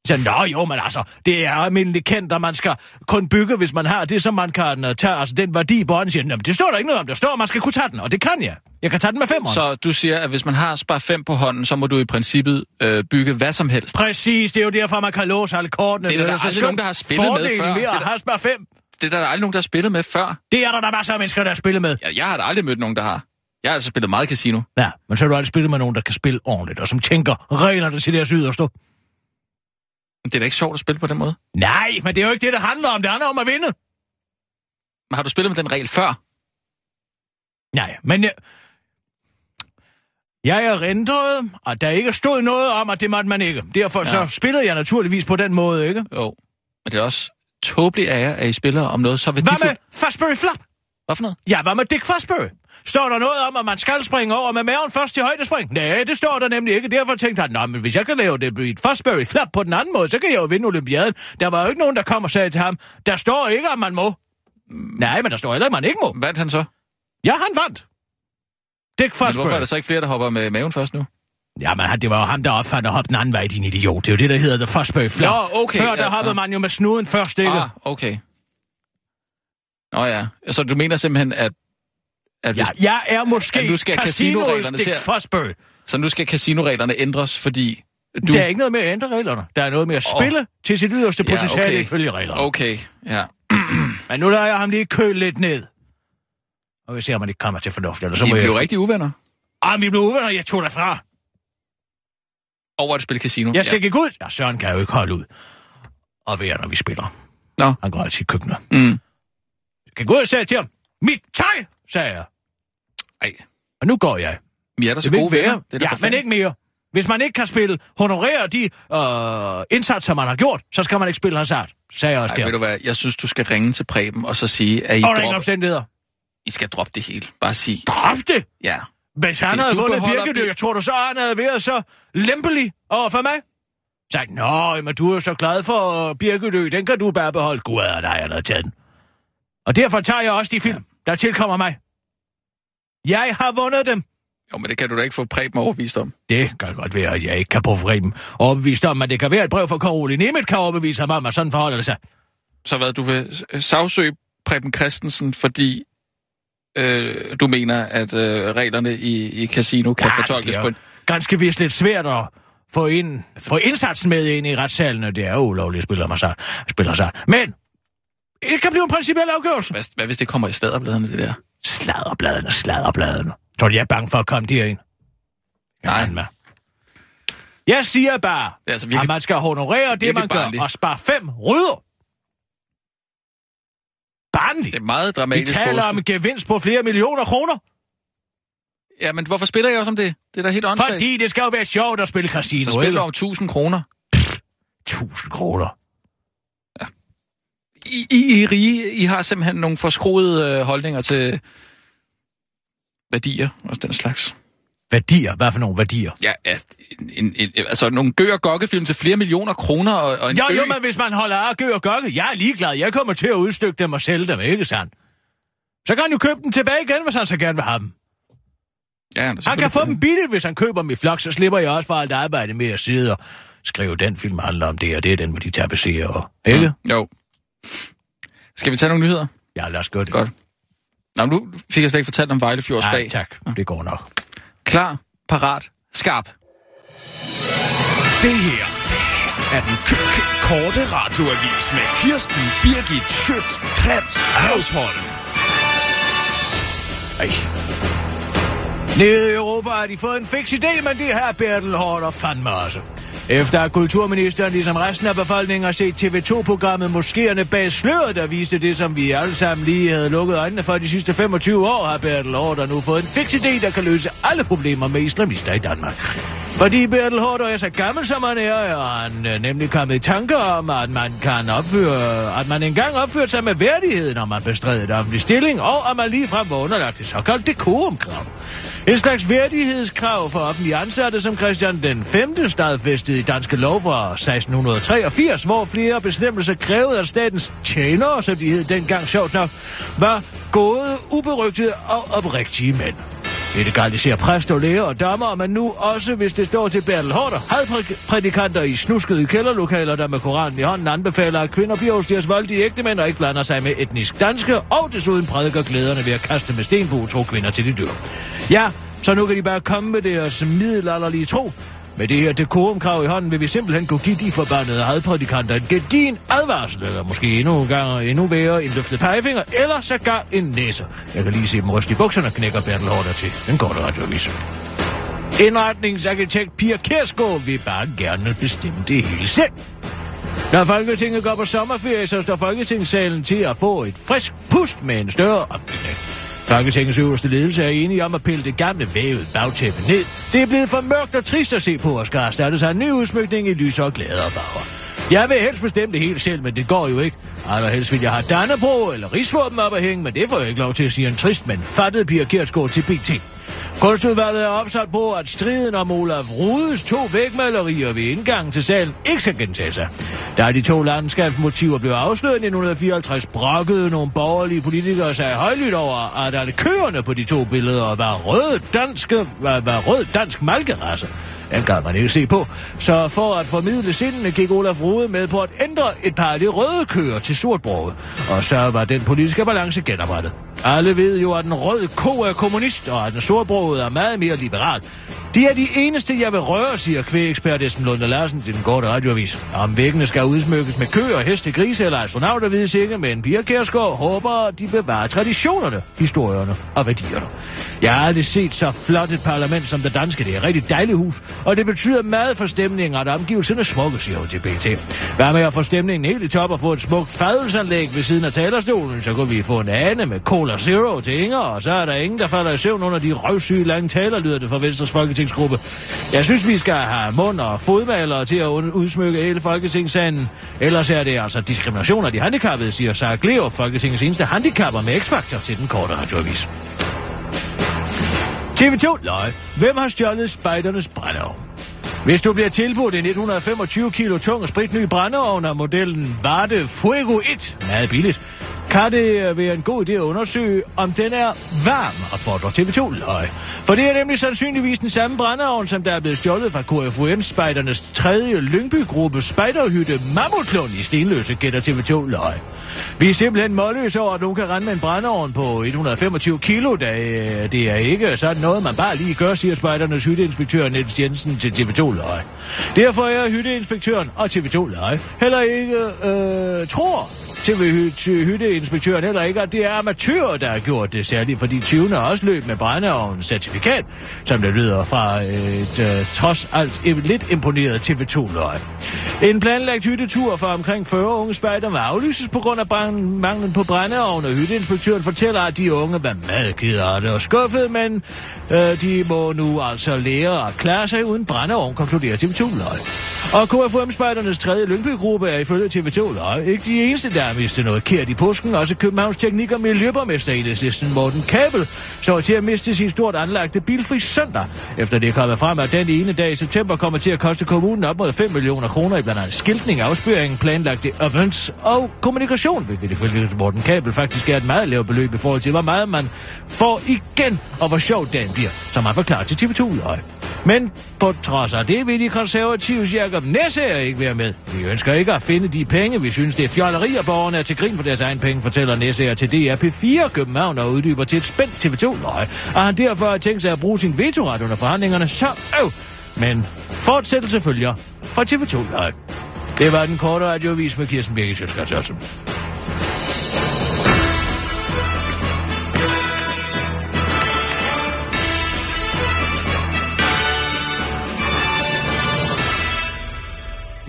Speaker 5: Så nå jo, men altså, det er almindeligt kendt, at man skal kun bygge, hvis man har det, som man kan øh, tage, altså den værdi, hvor han siger, "Nå, men det står der ikke noget om, der står, at man skal kunne tage den, og det kan jeg. Jeg kan tage den med 5
Speaker 4: Så du siger, at hvis man har spar 5 på hånden, så må du i princippet øh, bygge hvad som helst.
Speaker 5: Præcis, det er jo derfor, man kan låse alle kortene.
Speaker 4: Det er der aldrig
Speaker 5: skønt.
Speaker 4: nogen, der har spillet med
Speaker 5: Fordelen
Speaker 4: før.
Speaker 5: ved
Speaker 4: Det er
Speaker 5: at
Speaker 4: der-
Speaker 5: have spar 5,
Speaker 4: Det er der, der er aldrig nogen, der har spillet med før.
Speaker 5: det er der, der er masser af mennesker, der har spillet med.
Speaker 4: Jeg, jeg har da aldrig mødt nogen, der har. Jeg har altså spillet meget casino.
Speaker 5: Ja, men så har du aldrig spillet med nogen, der kan spille ordentligt, og som tænker reglerne til deres yderste.
Speaker 4: Men det er da ikke sjovt at spille på den måde.
Speaker 5: Nej, men det er jo ikke det, det handler om. Det handler om at vinde.
Speaker 4: Men har du spillet med den regel før?
Speaker 5: Nej, men... Jeg, jeg erindrede, at der ikke stod noget om, at det måtte man ikke. Derfor ja. så
Speaker 4: Ja.
Speaker 5: spillede jeg naturligvis på den måde, ikke?
Speaker 4: Jo. Men det er også tåbeligt af jer, at I spiller om noget så værdifuldt.
Speaker 5: Hvad med Fastbury Flap?
Speaker 4: Hvad for noget?
Speaker 5: Ja, hvad med Dick Fosbury? Står der noget om, at man skal springe over med maven først i højdespring? Nej, det står der nemlig ikke. Derfor tænkte han, nej, men hvis jeg kan lave det i et Fosbury flap på den anden måde, så kan jeg jo vinde Olympiaden. Der var jo ikke nogen, der kom og sagde til ham, der står ikke, at man må. Nej, men der står heller, at man ikke må.
Speaker 4: Vandt han så?
Speaker 5: Ja, han vandt. Dick
Speaker 4: Men hvorfor er
Speaker 5: Fosbury.
Speaker 4: der så ikke flere, der hopper med maven først nu?
Speaker 5: Jamen, han- det var jo ham, der opfandt at hoppe den anden vej, din idiot. Det er jo det, der hedder The Fosbury Flap.
Speaker 4: Nå, okay,
Speaker 5: Før der
Speaker 4: ja,
Speaker 5: hoppede
Speaker 4: ja.
Speaker 5: man jo med snuden først, ikke?
Speaker 4: Ah, okay. Nå ja, så du mener simpelthen, at, at hvis,
Speaker 5: Ja, jeg er måske
Speaker 4: Ja, nu skal
Speaker 5: casinoets
Speaker 4: casinoreglerne til
Speaker 5: Dick
Speaker 4: at-
Speaker 5: Fosbury.
Speaker 4: så nu skal casinoreglerne ændres, fordi du...
Speaker 5: Du... Der er ikke noget med at ændre reglerne. Der er noget med at spille oh. til sit yderste
Speaker 4: Ja,
Speaker 5: potentiale ja, okay. ifølge reglerne. Okay.
Speaker 4: Okay, ja.
Speaker 5: Men nu lader jeg ham lige køle lidt ned. Og vi ser, om han ikke kommer til fornuft, eller så
Speaker 4: I
Speaker 5: må
Speaker 4: blev
Speaker 5: jeg...
Speaker 4: rigtig uvenner
Speaker 5: Ah, vi blev uvenner, jeg tog dig fra.
Speaker 4: over at spille casino.
Speaker 5: Jeg stik ikke ud. Ja, Søren kan jo ikke holde ud. Og være, når vi spiller.
Speaker 4: Nå.
Speaker 5: Han går altid i køkkenet.
Speaker 4: Ja. Mm.
Speaker 5: Jeg kan gå ud og sagde jeg til ham, mit tøj, sagde jeg.
Speaker 4: Ej,
Speaker 5: Og nu går jeg.
Speaker 4: vi er da så
Speaker 5: Det vil
Speaker 4: gode
Speaker 5: ikke
Speaker 4: venner.
Speaker 5: være.
Speaker 4: Det er da
Speaker 5: Ja,
Speaker 4: for
Speaker 5: men
Speaker 4: fanden.
Speaker 5: ikke mere. Hvis man ikke kan spille, honorere de øh, indsatser, man har gjort, så skal man ikke spille hazard, sagde jeg også
Speaker 4: Ej,
Speaker 5: der.
Speaker 4: ved du hvad, jeg synes, du skal ringe til Preben og så sige, at I
Speaker 5: Og der er ingen
Speaker 4: dropper,
Speaker 5: omstændigheder.
Speaker 4: I skal droppe det hele. Bare sige,
Speaker 5: Drop det!
Speaker 4: ja.
Speaker 5: Hvis han
Speaker 4: Hvis
Speaker 5: havde
Speaker 4: du
Speaker 5: vundet
Speaker 4: beholder
Speaker 5: Birkedø,
Speaker 4: Birk-
Speaker 5: jeg tror du så, han havde været så lempelig over for mig? Så sagde, han, nå, men du er jo så glad for Birkedø, den kan du bare beholde. Gud, der har jeg allerede taget den. Og derfor tager jeg også de film, ja. der tilkommer mig. Jeg har vundet dem.
Speaker 4: Jo, men det kan du da ikke få Preben overbevist om.
Speaker 5: Det kan godt være, at jeg ikke kan bruge dem overbevist om, at det kan være et brev fra Karolin Nemeth kan overbevise ham om, at sådan forholder det sig.
Speaker 4: Så hvad, du vil øh, sagsøge Preben Christensen, fordi øh, du mener, at øh, reglerne i, i casino kan
Speaker 5: Ja,
Speaker 4: ja, fortolkes
Speaker 5: det er
Speaker 4: på
Speaker 5: jo
Speaker 4: en...
Speaker 5: ganske vist lidt svært at få, ind,
Speaker 4: Altså-
Speaker 5: få indsatsen med ind i retssalene. det er jo ulovligt, spiller man så. Spiller så. Men det kan blive en principiel afgørelse.
Speaker 4: Hvad, hvad hvis det kommer i staderbladerne, det der?
Speaker 5: Sladderbladene, sladderbladene. Tror du, jeg er bange for at komme derind? Jeg
Speaker 4: Nej.
Speaker 5: regner Med. Jeg siger bare,
Speaker 4: Det er altså
Speaker 5: at
Speaker 4: virkelig...
Speaker 5: man skal honorere det,
Speaker 4: virkelig
Speaker 5: man gør,
Speaker 4: barnligt.
Speaker 5: og spare fem rydder. Barnligt.
Speaker 4: Det er meget
Speaker 5: Vi
Speaker 4: dramatisk.
Speaker 5: taler om
Speaker 4: Poulsen.
Speaker 5: en gevinst på flere millioner kroner,
Speaker 4: Ja, men hvorfor spiller jeg også om det? Det er da helt åndssvagt.
Speaker 5: fordi det skal jo være sjovt at spille
Speaker 4: Så
Speaker 5: casino,
Speaker 4: spiller du
Speaker 5: ikke?
Speaker 4: om 1000 kroner.
Speaker 5: 1000 kroner.
Speaker 4: I, I, I er rige, I har simpelthen nogle forskroede øh, holdninger til værdier og den slags.
Speaker 5: Værdier? Hvad for nogle værdier?
Speaker 4: Ja, ja en, en, en, altså nogle gø- og gokkefilm til flere millioner kroner og, og en
Speaker 5: Jo,
Speaker 4: ø.
Speaker 5: jo, men hvis man holder af gø og gokke, jeg er ligeglad. Jeg kommer til at udstykke dem og sælge dem, ikke sandt? Så kan han jo købe dem tilbage igen, hvis han så gerne vil have dem.
Speaker 4: ja,
Speaker 5: Han kan
Speaker 4: selvfølgelig.
Speaker 5: få dem billigt, hvis han køber dem i flok, så slipper jeg også for alt arbejde med at sidde og skrive, den film handler om det, og det er den, hvor de tapeserer. Og... Ikke? Ja.
Speaker 4: Mm, jo. Skal vi tage nogle nyheder?
Speaker 5: ja, lad os gøre det.
Speaker 4: Godt. Nå, men nu fik jeg slet ikke fortalt om Vejlefjords
Speaker 5: Nej,
Speaker 4: dag.
Speaker 5: tak. Det går nok.
Speaker 4: Klar, parat, skarp.
Speaker 6: Det her er den k- k- korte radioavis med Kirsten Birgit Schøtz-Krets Hørsholm.
Speaker 5: Ej. Nede i Europa har de fået en fix idé, men det her Bertel Hårder fandme også. Efter at kulturministeren, ligesom resten af befolkningen, har set TV2-programmet Moskéerne bag sløret, der viste det, som vi alle sammen lige havde lukket øjnene for de sidste 25 år, har Bertel Hårder nu fået en fix idé, der kan løse alle problemer med islamister i Danmark. Fordi Bertel Hårder er så gammel, som han er, er han øh, nemlig kommet i tanker om, at man kan opføre, at man engang opførte sig med værdighed, når man bestred et offentlig stilling, og at man ligefrem var underlagt det såkaldte dekorumkrav. En slags værdighedskrav for offentlige ansatte, som Christian den 5. stadfæstede i Danske Lov fra 1683, hvor flere bestemmelser krævede, at statens tjenere, som de hed dengang sjovt nok, var gode, uberygtede og oprigtige mænd. Det legaliserer præster, læger og dommer, men nu også, hvis det står til Bertel Hårder, hadprædikanter i snuskede kælderlokaler, der med koranen i hånden anbefaler, at kvinder bliver hos deres voldelige ægtemænd og ikke blander sig med etnisk danske, og desuden prædiker glæderne ved at kaste med stenbue to kvinder til de dør. Ja, så nu kan de bare komme med deres middelalderlige tro. Med det her dekorumkrav i hånden vil vi simpelthen kunne give de forbandede hadprædikanter en gedin advarsel, eller måske endnu en gang endnu værre en løftet pegefinger, eller sågar en næse. Jeg kan lige se dem ryste i bukserne, knækker Bertel Hårder til. Den går der radioavis. Indretningsarkitekt Pia Kærsgaard vil bare gerne bestemme det hele selv. Når Folketinget går på sommerferie, så står Folketingssalen til at få et frisk pust med en større opbygning. Folketingets øverste ledelse er enige om at pille det gamle vævet bagtæppe ned. Det er blevet for mørkt og trist at se på, og skal erstattes af en ny udsmykning i lys og glæder og farver. Jeg vil helst bestemme det helt selv, men det går jo ikke. Allerhelst vil jeg have Dannebro eller Rigsvåben op at hænge, men det får jeg ikke lov til at sige en trist, men fattet Pia Kjærsgaard til BT. Kunstudvalget er opsat på, at striden om Olaf Rudes to vægmalerier ved indgangen til salen ikke skal gentage sig. Da de to landskabsmotiver blev afsløret i 1954, brokkede nogle borgerlige politikere sig højlydt over, at alle køerne på de to billeder var røde danske, var, var rød dansk malkerasse. Den kan man ikke se på. Så for at formidle sindene gik Olaf Rude med på at ændre et par af de røde køer til sortbroget. Og så var den politiske balance genoprettet. Alle ved jo, at den røde ko er kommunist, og at den sortbroget er meget mere liberal. De er de eneste, jeg vil røre, siger kvægekspert Esben Lunde Larsen til den korte radioavis. Om væggene skal udsmykkes med køer, heste, grise eller astronauter, vides ikke, men Pia Kjærsgaard håber, at de bevarer traditionerne, historierne og værdierne. Jeg har aldrig set så flot et parlament som det danske. Det er et rigtig dejligt hus, og det betyder meget for stemningen, at omgivelserne er smukke, siger hun til BT. Hvad med at få stemningen helt i top og få et smukt fadelsanlæg ved siden af talerstolen, så kunne vi få en ane med kål Cola Zero til Inger, og så er der ingen, der falder i søvn under de røvsyge lange taler, lyder det fra Venstres Folketingsgruppe. Jeg synes, vi skal have mund- og fodmalere til at un- udsmykke hele Folketingssalen. Ellers er det altså diskrimination af de handicappede, siger Sara Gleo, Folketingets eneste handicapper med X-Factor til den korte radioavis. TV2 løg. Hvem har stjålet spejdernes brændeovn? Hvis du bliver tilbudt en 125 kilo tung og spritny brændeovn af modellen Varde Fuego 1, meget billigt, kan det øh, være en god idé at undersøge, om den er varm, og fordrer TV2 løg. For det er nemlig sandsynligvis den samme brændeovn, som der er blevet stjålet fra KFUM-spejdernes tredje Lyngby-gruppe spejderhytte Mammutlund i Stenløse, gætter TV2 løg. Vi er simpelthen målløse over, at nogen kan rende med en brændeovn på 125 kilo, da øh, det er ikke sådan noget, man bare lige gør, siger spejdernes hytteinspektør Niels Jensen til TV2 løg. Derfor er hytteinspektøren og TV2 løg heller ikke øh, tror, TV hytteinspektøren heller ikke, at det er amatører, der har gjort det, særligt fordi 20'erne også løb med brændeovnens certifikat, som det lyder fra et øh, trods alt et lidt imponeret TV2-løg. En planlagt hyttetur for omkring 40 unge spejder var aflyses på grund af branden, manglen på brændeovn, og hytteinspektøren fortæller, at de unge var meget kede af det og skuffet, men øh, de må nu altså lære at klare sig uden brændeovn, konkluderer TV2-løg. Og KFUM-spejdernes tredje Lyngby-gruppe er ifølge TV2 Løg ikke de eneste, der har mistet noget kært i påsken. Også Københavns Teknik- og Miljøborgmester i listen Morten Kabel så til at miste sin stort anlagte bilfri søndag, efter det er kommet frem, at den ene dag i september kommer til at koste kommunen op mod 5 millioner kroner i blandt andet skiltning, afspøring, planlagte events og kommunikation, hvilket ifølge Morten Kabel faktisk er et meget lavt beløb i forhold til, hvor meget man får igen, og hvor sjov dagen bliver, som han forklarer til TV2 Løg. Men på trods af det vil de konservatives Jacob Nessager ikke være med. Vi ønsker ikke at finde de penge. Vi synes, det er fjolleri, og borgerne er til grin for deres egen penge, fortæller Nessager til DRP4 København og uddyber til et spændt TV2-løje. Og han derfor har tænkt sig at bruge sin vetoret under forhandlingerne, så øv! Men fortsættelse følger fra TV2-løje. Det var den korte radiovis med Kirsten Birgit Sjøtskrets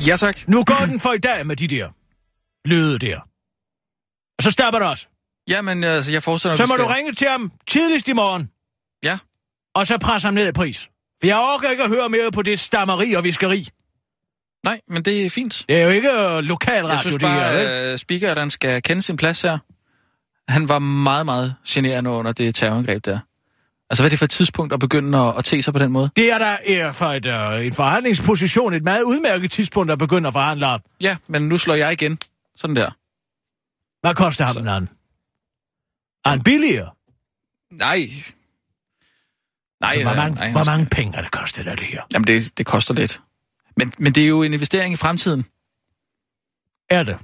Speaker 4: Ja, tak.
Speaker 5: Nu går den for i dag med de der lyde der. Og så stopper det også.
Speaker 4: Jamen, altså, jeg forestiller
Speaker 5: Så
Speaker 4: vi
Speaker 5: må du
Speaker 4: skal-
Speaker 5: ringe til ham tidligst i morgen.
Speaker 4: Ja.
Speaker 5: Og så presse ham ned i pris. For jeg orker ikke at høre mere på det stammeri og viskeri.
Speaker 4: Nej, men det er fint.
Speaker 5: Det er jo ikke øh, lokalradio,
Speaker 4: Jeg synes
Speaker 5: det her, vel?
Speaker 4: bare, øh- at speakeren skal kende sin plads her. Han var meget, meget generende under det terrorangreb der. Altså, hvad er det for et tidspunkt at begynde at, at te sig på den måde?
Speaker 5: Det er der er fra et, øh, en forhandlingsposition et meget udmærket tidspunkt at begynde at forhandle om.
Speaker 4: Ja, men nu slår jeg igen. Sådan der.
Speaker 5: Hvad koster ham en anden? Er han billigere?
Speaker 4: Nej. Nej,
Speaker 5: altså, hvor, mange,
Speaker 4: nej,
Speaker 5: hvor
Speaker 4: han-
Speaker 5: mange penge har det kostet af det her?
Speaker 4: Jamen, det, det koster lidt. Men, men det er jo en investering i fremtiden.
Speaker 5: Er det?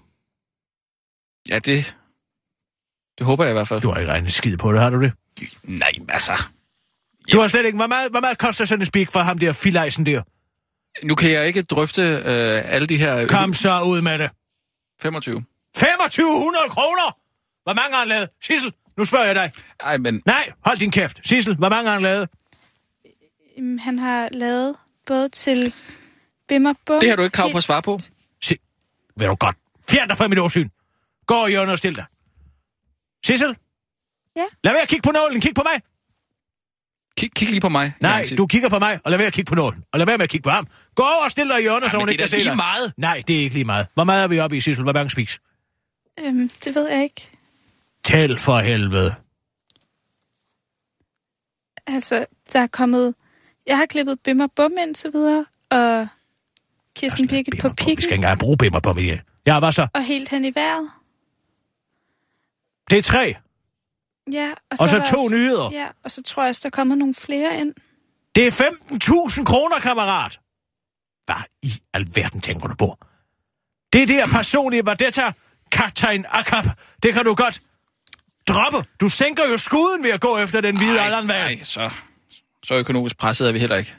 Speaker 4: Ja, det... Det håber jeg i hvert fald.
Speaker 5: Du har ikke regnet skid på det, har du det?
Speaker 4: Nej, altså...
Speaker 5: Du har slet ikke... Hvor meget, hvor meget koster sådan en spik fra ham der filejsen der?
Speaker 4: Nu kan jeg ikke drøfte øh, alle de her...
Speaker 5: Kom så ud med det.
Speaker 4: 25.
Speaker 5: 2500 kroner! Hvor mange har han lavet? Sissel, nu spørger jeg dig.
Speaker 4: Nej, men...
Speaker 5: Nej, hold din kæft. Sissel, hvor mange har han lavet?
Speaker 7: Jamen, han har lavet både til Bimmer Bum.
Speaker 4: Det har du ikke krav på at svare på.
Speaker 5: Si Vil du godt? Fjern dig fra mit årsyn. Gå og hjørne og stil dig. Sissel?
Speaker 7: Ja?
Speaker 5: Lad være at kigge på nålen. Kig på mig.
Speaker 4: Kig, kig lige på mig.
Speaker 5: Nej,
Speaker 4: Nancy.
Speaker 5: du kigger på mig, og lad være at kigge på nålen. Og lad være med at kigge på ham. Gå over og stil dig i hjørnet, så
Speaker 4: men
Speaker 5: hun
Speaker 4: det
Speaker 5: ikke
Speaker 4: er
Speaker 5: kan
Speaker 4: da
Speaker 5: se
Speaker 4: lige
Speaker 5: dig.
Speaker 4: meget.
Speaker 5: Nej, det er ikke lige meget. Hvor meget er vi oppe i, Sissel? Hvor mange spis?
Speaker 7: Øhm, det ved jeg ikke.
Speaker 5: Tæl for helvede.
Speaker 7: Altså, der er kommet... Jeg har klippet Bimmer Bum indtil videre, og Kirsten Birgit
Speaker 5: Bimmer
Speaker 7: på
Speaker 5: bom. Vi skal ikke
Speaker 7: pikken,
Speaker 5: engang bruge bimmer på mig. Ja, hvad så?
Speaker 7: og helt hen i vejret.
Speaker 5: Det er tre.
Speaker 7: Ja, og så,
Speaker 5: Og
Speaker 7: er
Speaker 5: så
Speaker 7: der
Speaker 5: to
Speaker 7: også,
Speaker 5: nyheder.
Speaker 7: Ja, og så tror jeg også, der er kommet nogle flere ind.
Speaker 5: Det er 15.000 kroner, kammerat. Hvad i alverden tænker du på? Det der personlige Vardetta, kaptajn Akab, det kan du godt droppe. Du sænker jo skuden ved at gå efter den hvide
Speaker 4: Ej,
Speaker 5: aldermand.
Speaker 4: Nej, så, så økonomisk presset er vi heller ikke.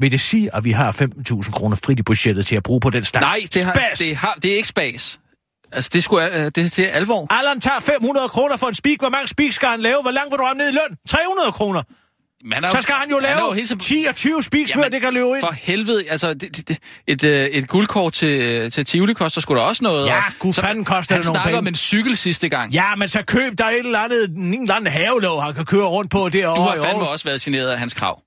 Speaker 5: Vil det sige, at vi har 15.000 kroner frit i budgettet til at bruge på den slags
Speaker 4: Nej, det, har,
Speaker 5: spas?
Speaker 4: det, har, det er ikke spas. Altså, det, skulle, øh, det, det er alvor.
Speaker 5: Allan tager 500 kroner for en spik. Hvor mange spik skal han lave? Hvor langt vil du ramme ned i løn? 300 kroner.
Speaker 4: Man er jo-
Speaker 5: Så skal han jo
Speaker 4: er
Speaker 5: lave
Speaker 4: hele tiden-
Speaker 5: 10 og 20 spiks, før
Speaker 4: Jamen,
Speaker 5: det kan løbe ind.
Speaker 4: For helvede, altså det, det, det, et, øh, et guldkort til, øh, til Tivoli koster sgu da også noget.
Speaker 5: Ja,
Speaker 4: og
Speaker 5: gud
Speaker 4: så-
Speaker 5: fanden koster
Speaker 4: han
Speaker 5: det nogle
Speaker 4: snakker
Speaker 5: penge.
Speaker 4: om en cykel sidste gang.
Speaker 5: Ja, men så køb dig et eller andet, en eller anden havelov, han kan køre rundt på
Speaker 4: du
Speaker 5: derovre.
Speaker 4: har
Speaker 5: i
Speaker 4: fandme
Speaker 5: Aarhus.
Speaker 4: også været signeret af hans krav.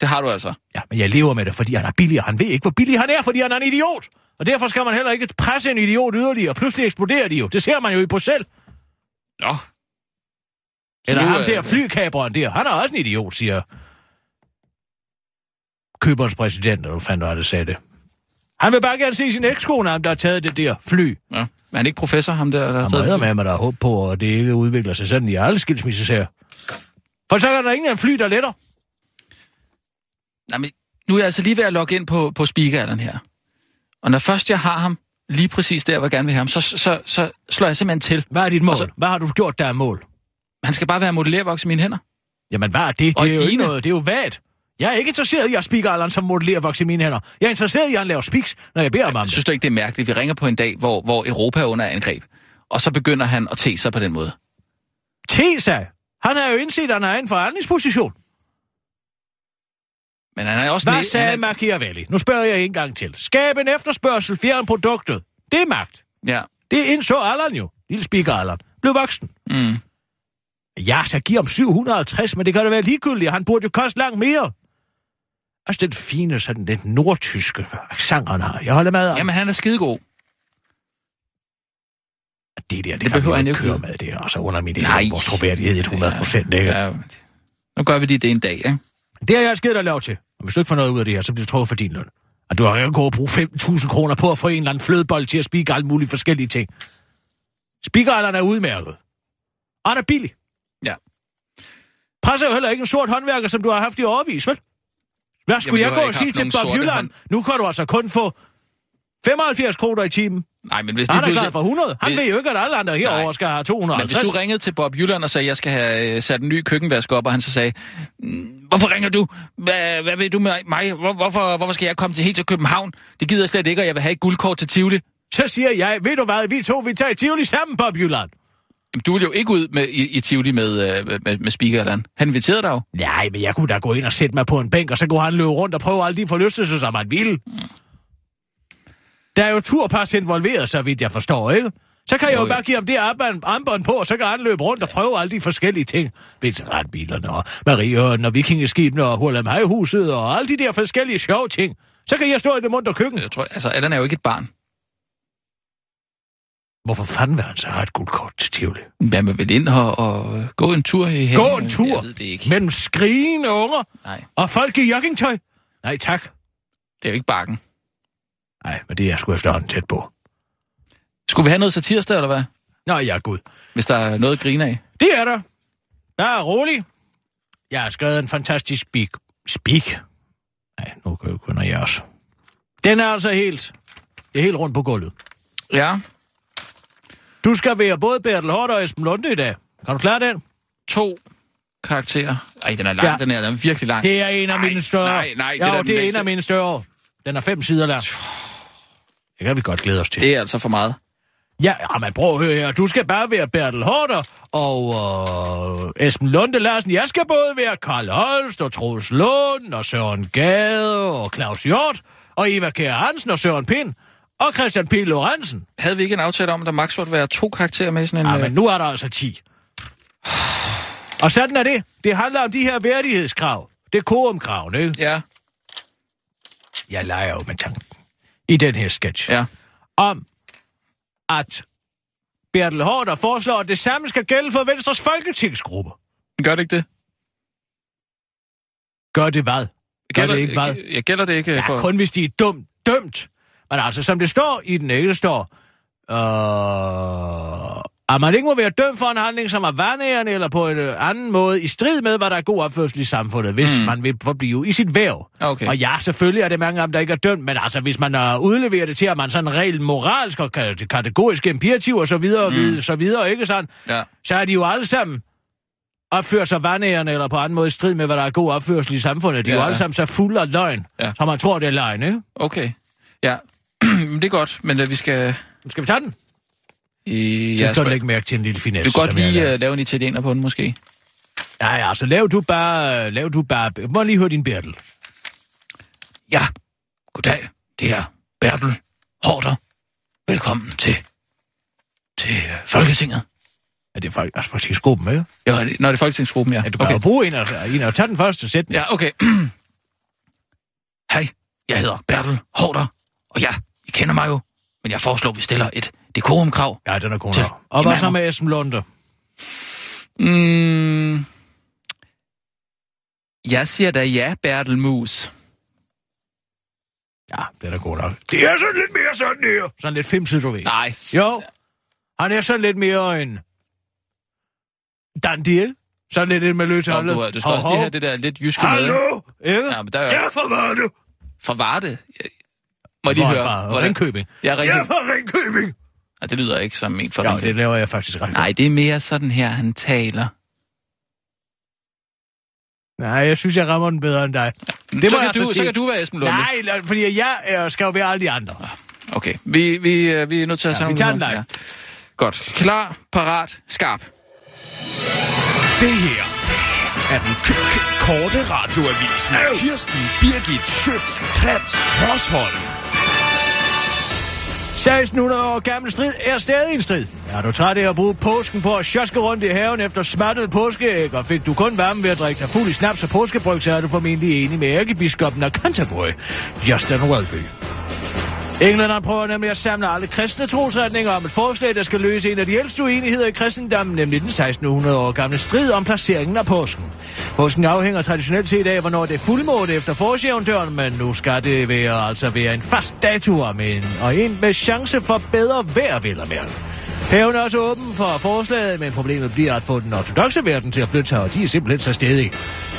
Speaker 4: Det har du altså.
Speaker 5: Ja, men jeg lever med det, fordi han er billig, og han ved ikke, hvor billig han er, fordi han er en idiot. Og derfor skal man heller ikke presse en idiot yderligere. Pludselig eksploderer de jo. Det ser man jo i Bruxelles.
Speaker 4: Nå.
Speaker 5: Eller
Speaker 4: nu,
Speaker 5: ham
Speaker 4: øh,
Speaker 5: der flykaberen der. Han er også en idiot, siger Køberens præsident, eller hvad fanden var det, sagde det. Han vil bare gerne se sin ekskone, ham der har taget det der fly.
Speaker 4: Ja. Er han ikke professor, ham der? der er
Speaker 5: Han
Speaker 4: stadig-
Speaker 5: redder med, at der er håb på, og det ikke udvikler sig sådan i alle skilsmissesager. For så er der ingen af en fly, der letter.
Speaker 4: Nej, men nu er jeg altså lige ved at logge ind på, på speakeren her. Og når først jeg har ham lige præcis der, hvor jeg gerne vil have ham, så, så, så slår jeg simpelthen til.
Speaker 5: Hvad er dit mål?
Speaker 4: Og så-
Speaker 5: Hvad har du gjort, der er mål?
Speaker 4: Han skal bare være modellervoks i mine hænder.
Speaker 5: Jamen, hvad er det?
Speaker 4: Og
Speaker 5: Det er jo ikke
Speaker 4: dine.
Speaker 5: noget. Det er jo vagt. Jeg er ikke interesseret i at spikke Allan som modellerer voks i mine hænder. Jeg er interesseret i, at han laver spiks, når jeg beder ham om det.
Speaker 4: Synes du ikke, det er mærkeligt? Vi ringer på en dag, hvor, hvor Europa er under angreb. Og så begynder han at te sig på den måde.
Speaker 5: Tesa, han har jo indset, at han er i en forhandlingsposition.
Speaker 4: Men han er også...
Speaker 5: Hvad
Speaker 4: næ-
Speaker 5: sagde
Speaker 4: han er,
Speaker 5: Machiavelli? Nu spørger jeg en gang til. Skab en efterspørgsel, fjern produktet. Det er magt.
Speaker 4: Ja.
Speaker 5: Det indså Allan jo. Lille spikker Allan. Blev voksen.
Speaker 4: Mm.
Speaker 5: Ja, så giv ham 750, men det kan da være ligegyldigt. Han burde jo koste langt mere. Altså den fine, sådan den nordtyske accent, han har. Jeg holder med ham.
Speaker 4: Jamen, han er skidegod.
Speaker 5: det der, det,
Speaker 4: Det
Speaker 5: det kan vi
Speaker 4: behøver
Speaker 5: jo
Speaker 4: han
Speaker 5: ikke
Speaker 4: jo
Speaker 5: køre
Speaker 4: ikke.
Speaker 5: med. Det er altså under min
Speaker 4: Nej.
Speaker 5: vores troværdighed 100 procent, ikke?
Speaker 4: Ja. Nu gør vi lige det en dag, ikke?
Speaker 5: Det har jeg skidt dig lov til. Og hvis du ikke får noget ud af det her, så bliver det trukket for din løn. Og du har jo ikke gået og bruge 5.000 kroner på at få en eller anden flødebold til at spike alle mulige forskellige ting. Spikkeralderen er udmærket. Og han er billig.
Speaker 4: Ja.
Speaker 5: Presser jo heller ikke en sort håndværker, som du har haft i overvis, vel? Hvad
Speaker 4: Jamen,
Speaker 5: skulle Jamen,
Speaker 4: du
Speaker 5: jeg
Speaker 4: har
Speaker 5: gå og
Speaker 4: ikke
Speaker 5: sige
Speaker 4: haft
Speaker 5: til
Speaker 4: nogen
Speaker 5: Bob
Speaker 4: sorte
Speaker 5: Jylland?
Speaker 4: hånd-
Speaker 5: Nu kan du altså kun få 75 kroner i timen.
Speaker 4: Nej, men hvis lige
Speaker 5: Han er glad
Speaker 4: pludselig-
Speaker 5: for 100. Han
Speaker 4: Hvis-
Speaker 5: ved jo ikke, at alle andre herovre skal have
Speaker 4: Men
Speaker 5: 250.
Speaker 4: hvis du ringede til Bob Jylland og sagde, at jeg skal have øh, sat en ny køkkenvask op, og han så sagde, "Mm, hvorfor ringer du? Hvad, hvad vil du med mig? Hvor, hvorfor, hvorfor skal jeg komme til helt til København? Det gider jeg slet ikke, og jeg vil have et guldkort til Tivoli.
Speaker 5: Så siger jeg, ved du hvad, vi to, vi tager i Tivoli sammen, Bob Jylland.
Speaker 4: Jamen, du vil jo ikke ud med, i, i Tivoli med, øh, med, med speakerland. Han inviterede dig jo.
Speaker 5: Nej, men jeg kunne da gå ind og sætte mig på en bænk, og så kunne han løbe rundt og prøve alle de forlystelser, som han ville. Der er jo turpas involveret, så vidt jeg forstår, ikke? Så kan jeg
Speaker 4: Jo,
Speaker 5: jo
Speaker 4: jo.
Speaker 5: bare give ham det armbånd- armbånd på, og så kan han løbe rundt og prøve alle de forskellige ting. Veteranbilerne og Marieøren og vikingeskibene og Hurlam huset og alle de der forskellige sjove ting. Så kan jeg stå i det mundt og køkken.
Speaker 4: Jeg tror, altså, Allan er jo ikke et barn.
Speaker 5: Hvorfor fanden vil han så have et guldkort til Tivoli?
Speaker 4: Man vil vel ind og, og øh, gå en tur i haven.
Speaker 5: Gå en tur
Speaker 4: Jeg ved det ikke.
Speaker 5: mellem skrigende unger
Speaker 4: Nej,
Speaker 5: og folk i joggingtøj. Nej, tak.
Speaker 4: det er jo ikke bakken.
Speaker 5: Nej, men det er jeg sgu efterhånden tæt på.
Speaker 4: Skulle vi have noget satirsdag, eller hvad?
Speaker 5: Nå, ja, gud.
Speaker 4: Hvis der er noget at grine af.
Speaker 5: Det er der. Der er rolig. Jeg har skrevet en fantastisk speak. Speak? Nej, nu kan jeg kun jeg også. Den er altså helt, det er helt rundt på gulvet.
Speaker 4: Ja,
Speaker 5: Du skal være både Bertel Hård og Esben Lunde i dag. Kan du klare den?
Speaker 4: to karakterer. Ej, den er lang,
Speaker 5: Ja.
Speaker 4: ja. den her. Den er virkelig lang.
Speaker 5: Det er en af
Speaker 4: Nej,
Speaker 5: mine større.
Speaker 4: nej, nej, det
Speaker 5: Jo,
Speaker 4: er da den
Speaker 5: det, det er en
Speaker 4: længste.
Speaker 5: af mine større. Den er fem sider lang. Det kan vi godt glæde os til. Det...
Speaker 4: Det er altså for meget.
Speaker 5: Ja, ah, men prøv at høre her. Du skal bare være Bertel Hårder og øh, Esben Lunde Larsen. Jeg skal både være Karl Holst og Troels Lund og Søren Gade og Claus Hjort og Eva Kjær Hansen og Søren Pind og Christian P. Lorentzen.
Speaker 4: Havde vi ikke en aftale om, at der maks måtte være to karakterer med i sådan en...
Speaker 5: Ja,
Speaker 4: øh,
Speaker 5: men nu er der altså 10. Og sådan er det. Det handler om de her værdighedskrav. Det er korumkraven, ikke?
Speaker 4: Ja,
Speaker 5: Jeg leger jo med tanken i den her sketch.
Speaker 4: ja.
Speaker 5: om, at Bertel Hårder foreslår, at det samme skal gælde for Venstres folketingsgruppe.
Speaker 4: Gør det ikke det?
Speaker 5: Gør det hvad? Gør det ikke hvad?
Speaker 4: Jeg gælder det ikke ja, for...
Speaker 5: Ja, kun hvis de er dumt dømt. Men altså, som det står i den ikke, det står... Øh, at man ikke må være dømt for en handling, som er vandærende eller på en øh, anden måde i strid med, hvad der er god opførsel i samfundet, hvis mm. man vil forblive i sit væv.
Speaker 4: Okay.
Speaker 5: Og ja, selvfølgelig er det mange af dem, der ikke er dømt, men altså, hvis man øh, udleverer det til, at man sådan rent moralsk og ka- kategorisk imperativ og så videre, mm. så videre, ikke sådan,
Speaker 4: Ja.
Speaker 5: så er de jo alle sammen opfører sig vandærende eller på anden måde i strid med, hvad der er god opførsel i samfundet. De er
Speaker 4: Ja,
Speaker 5: jo
Speaker 4: ja.
Speaker 5: alle sammen så fulde af løgn,
Speaker 4: Ja.
Speaker 5: så man tror, det er løgn, ikke?
Speaker 4: Okay, ja. [CLEARS THROAT] Men det er godt, men uh, vi skal...
Speaker 5: Skal vi tage den?
Speaker 4: I,
Speaker 5: Ja,
Speaker 4: ja,
Speaker 5: så kan
Speaker 4: sp-
Speaker 5: du lægge mærke til en lille finesse,
Speaker 4: vi kan godt
Speaker 5: som jeg har
Speaker 4: lige øh,
Speaker 5: lavet.
Speaker 4: uh, lave en italiener på den, måske.
Speaker 5: Nej, altså lav du bare... Lav du bare... Må jeg lige høre din Bertel.
Speaker 4: Ja, goddag. Det er Bertel Hårder. Velkommen til, til øh, Folketinget.
Speaker 5: Er det folk, altså faktisk skubben med?
Speaker 4: Ja, når det er Folketingsgruppen, ja.
Speaker 5: Ja, du kan okay. jo bruge en og, en og tage den første sætning.
Speaker 4: Ja, okay. [CLEARS THROAT] Hej, jeg hedder Bertel Hårder, og ja, I kender mig jo, men jeg foreslår, at vi stiller et dekorumkrav.
Speaker 5: Ja, den er god
Speaker 4: Til-
Speaker 5: nok. Og hvad
Speaker 4: Jamen,
Speaker 5: så med Esben Lunde?
Speaker 4: Mm. Jeg siger da ja, Bertel Mus.
Speaker 5: Ja, den er god nok. Det er sådan lidt mere sådan her. Sådan lidt filmtid, du ved.
Speaker 4: Nej.
Speaker 5: Jo, han er sådan lidt mere en... Dandiel. Sådan lidt en med løs
Speaker 4: Nå,
Speaker 5: holdet.
Speaker 4: du, du skal også lige have det der lidt jyske med.
Speaker 5: Hallo, ikke?
Speaker 4: Ja, men der er
Speaker 5: Jeg
Speaker 4: jo
Speaker 5: er fra Varde.
Speaker 4: fra Varde. Jeg- Må jeg lige høre,
Speaker 5: Fra Ringkøbing.
Speaker 4: Jeg er
Speaker 5: Jeg er
Speaker 4: rigtig...
Speaker 5: fra Ringkøbing.
Speaker 4: Ah, det lyder ikke som en fra
Speaker 5: Ja, det
Speaker 4: Ringkøbing.
Speaker 5: laver jeg faktisk ret.
Speaker 4: Nej, det er mere sådan her, han taler.
Speaker 5: Nej, jeg synes, jeg rammer den bedre end dig. Det
Speaker 4: så, kan
Speaker 5: må jeg
Speaker 4: du,
Speaker 5: altså
Speaker 4: så
Speaker 5: sige.
Speaker 4: kan du være Esben Lunde.
Speaker 5: Nej, la- fordi jeg øh, skal jo være alle de andre.
Speaker 4: Okay, vi, vi, øh, vi er nødt til at
Speaker 5: Ja,
Speaker 4: have nogle
Speaker 5: vi tager den
Speaker 4: numre.
Speaker 5: live.
Speaker 4: Godt. Klar, parat, skarp.
Speaker 6: Det her er den k- k- korte radioavis med Kirsten Birgit Schøtz-Krets Hørsholm.
Speaker 5: 1600 år gammel strid er stadig en strid. Er du træt af at bruge påsken på at sjoske rundt i haven efter smattede påskeæg, og fik du kun varme ved at drikke dig fuld i snaps og påskebryg, så er du formentlig enig med ærkebiskoppen af Canterbury, Justin Welby. Englænderne prøver nemlig at samle alle kristne trosretninger om et forslag, der skal løse en af de ældste uenigheder i kristendommen, nemlig den 1600 år gamle strid om placeringen af påsken. Påsken afhænger traditionelt set af, hvornår det er fuldmåne efter forårsjævndøren, men nu skal det være, altså være en fast dato om en, og en med chance for bedre vejr, vil jeg mærke. Haven er også åben for forslaget, men problemet bliver at få den ortodoxe verden til at flytte sig, og de er simpelthen så stedige.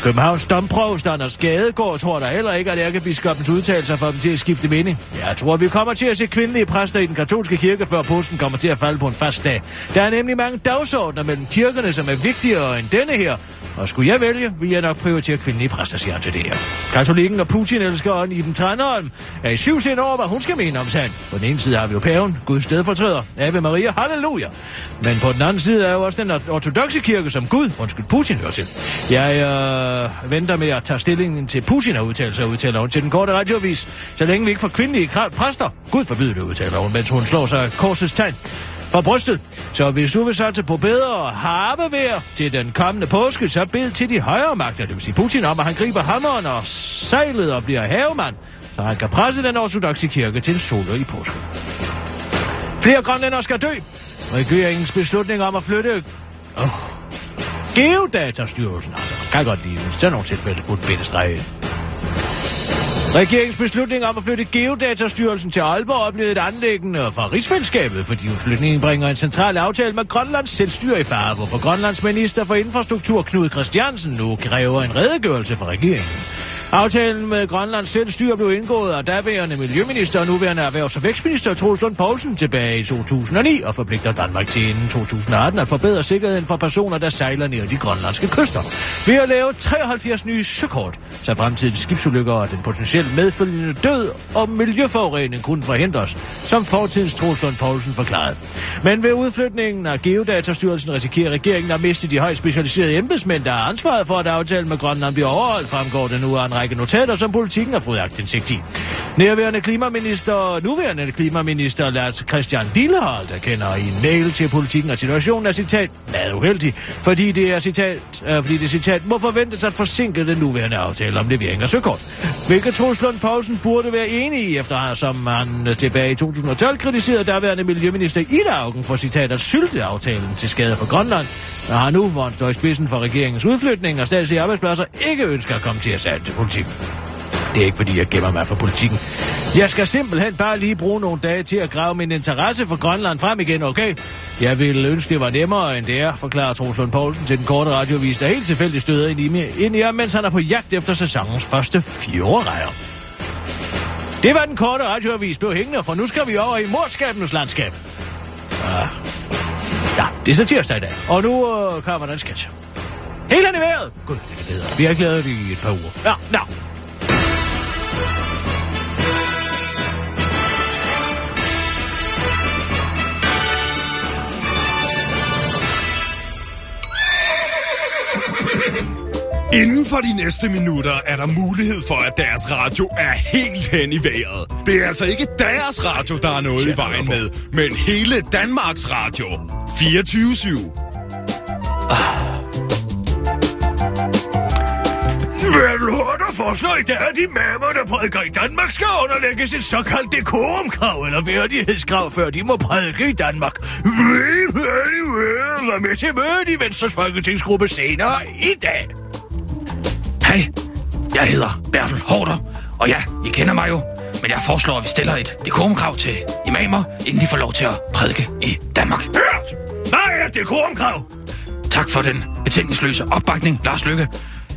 Speaker 5: Københavns domprovst Anders Skadegaard tror der heller ikke, at ærkebiskoppens udtalelser får dem til at skifte mening. Jeg tror, vi kommer til at se kvindelige præster i den katolske kirke, før posten kommer til at falde på en fast dag. Der er nemlig mange dagsordner mellem kirkerne, som er vigtigere end denne her. Og skulle jeg vælge, ville jeg nok prioritere kvindelige præster, siger han til det her. Katolikken og Putin elsker i den Tranholm er i syv sind over, hvad hun skal mene om sagen. På den ene side har vi jo paven, Guds stedfortræder, Ave Maria, halleluja. Men på den anden side er jo også den ortodoxe kirke, som Gud, undskyld, Putin hører til. Jeg øh, venter med at tage stillingen til Putin og udtale sig, udtaler hun til den korte radiovis. Så længe vi ikke får kvindelige kra- præster, Gud forbyder det, udtaler hun, mens hun slår sig af korsets tegn fra brystet. Så hvis du vil satse på bedre harpevejr til den kommende påske, så bed til de højere magter, det vil sige Putin, om at han griber hammeren og sejlet og bliver havemand, så han kan presse den ortodoxe kirke til en solo i påsken. Flere grønlændere skal dø. Regeringens beslutning om at flytte Geodatastyrelsen har altså, kan godt lide, hvis sådan nogle tilfælde kunne bindestrege Regeringens beslutning om at flytte Geodatastyrelsen til Aalborg er blevet et anlæggende fra Rigsfællesskabet, fordi udflytningen bringer en central aftale med Grønlands selvstyre i fare, hvorfor Grønlands minister for infrastruktur Knud Christiansen nu kræver en redegørelse fra regeringen. Aftalen med Grønlands selvstyre blev indgået af daværende miljøminister og nuværende erhvervs- og vækstminister Troels Lund Poulsen tilbage i 2009 og forpligter Danmark til inden 2018 at forbedre sikkerheden for personer, der sejler ned de grønlandske kyster. Ved at lave 73 nye søkort, så fremtidens skibsulykker og den potentielt medfølgende død og miljøforurening kunne forhindres, som fortidens Troels Lund Poulsen forklarede. Men ved udflytningen af Geodatastyrelsen risikerer regeringen at miste de højt specialiserede embedsmænd, der har ansvaret for, at aftalen med Grønland bliver overholdt, fremgår det nu af en række notater, som politikken har fået aktindsigt i. Nærværende klimaminister, nuværende klimaminister Lars Christian Dillehold, der kender i en mail til politikken, at situationen er citat, meget uheldig, fordi det er citat, øh, fordi det citat må forventes at forsinke den nuværende aftale om levering af søkort. Hvilket Troels Lund Poulsen burde være enig i, efter som han øh, tilbage i 2012 kritiserede daværende miljøminister Ida Augen for citat at sylte aftalen til skade for Grønland, og har nu, hvor han står i spidsen for regeringens udflytning og statslige arbejdspladser, ikke ønsker at komme til at sætte til politik. Det er ikke, fordi jeg gemmer mig for politikken. Jeg skal simpelthen bare lige bruge nogle dage til at grave min interesse for Grønland frem igen, okay? Jeg ville ønske, det var nemmere, end det er, forklarer Troels Lund Poulsen til den korte radiovis, der helt tilfældigt støder ind i, ind i ham, mens han er på jagt efter sæsonens første fjorerejer. Det var den korte radioavis, blev hængende, for nu skal vi over i morskabenes landskab. Ah. Ja, det er så tirsdag i dag, og nu øh, kommer der en sketch. Helt i vejret! Gud, det er bedre. Vi har ikke lavet det i et par uger. Ja, nå. No.
Speaker 6: Inden for de næste minutter er der mulighed for, at deres radio er helt hen i vejret. Det er altså ikke deres radio, der er noget i vejen med, men hele Danmarks Radio. 24-7.
Speaker 5: Hvad vil Hurter foreslår i dag, at de mammer, der prædiker i Danmark, skal underlægges et såkaldt dekorumkrav eller værdighedskrav, før de må prædike i Danmark. Vær med til mødet i Venstres Folketingsgruppe senere i dag.
Speaker 8: Hej, jeg hedder Bertel Hårder, og ja, I kender mig jo. Men jeg foreslår, at vi stiller et dekorumkrav til imamer, inden de får lov til at prædike i Danmark.
Speaker 5: Hørt! Hvad er dekorumkrav?
Speaker 8: Tak for den betingelsesløse opbakning, Lars Lykke.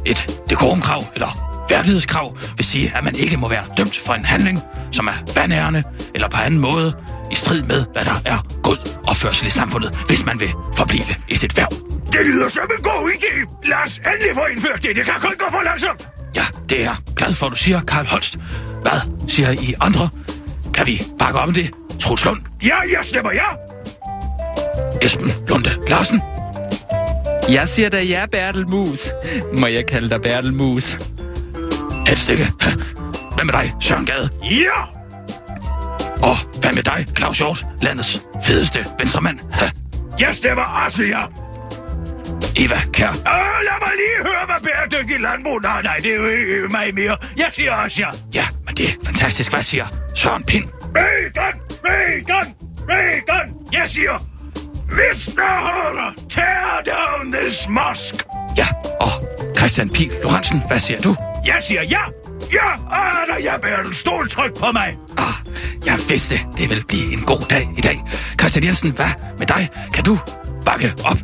Speaker 8: Et dekorumkrav, eller værdighedskrav, vil sige, at man ikke må være dømt for en handling, som er vandærende eller på anden måde i strid med, hvad der er god opførsel i samfundet, hvis man vil forblive i sit værv.
Speaker 5: Det lyder som en god idé. Lad os endelig få indført det. Det kan kun gå for langsomt.
Speaker 8: Ja, det er jeg glad for, at du siger, Karl Holst. Hvad siger I andre? Kan vi bakke op om det? Troels Lund,
Speaker 5: Ja, jeg stemmer ja.
Speaker 8: Esben Lunde Larsen.
Speaker 4: Jeg siger da ja, Bertel Mus. Må jeg kalde dig Bertel Mus?
Speaker 8: Helst ikke. Ha. Hvad med dig, Søren Gade?
Speaker 5: Ja.
Speaker 8: Og hvad med dig, Claus Hjort, landets fedeste venstremand? Ha.
Speaker 5: Jeg stemmer også ja.
Speaker 8: Eva Kær.
Speaker 5: Øh, lad mig lige høre, hvad bæredygtig landbrug... Nej, nej, det er jo ikke mig mere. Jeg siger også ja.
Speaker 8: Ja, men det er fantastisk. Hvad siger Søren Pind?
Speaker 5: Vegan! Vegan! Vegan! Jeg siger... Mr. Holder, tear down this mosque!
Speaker 8: Ja, og Christian Pil Lorentzen, hvad siger du?
Speaker 5: Jeg siger ja! Ja! Ah, der jeg bærer en stoltryk på mig!
Speaker 8: Ah, jeg vidste, det ville blive en god dag i dag. Christian Jensen, hvad med dig? Kan du bakke op?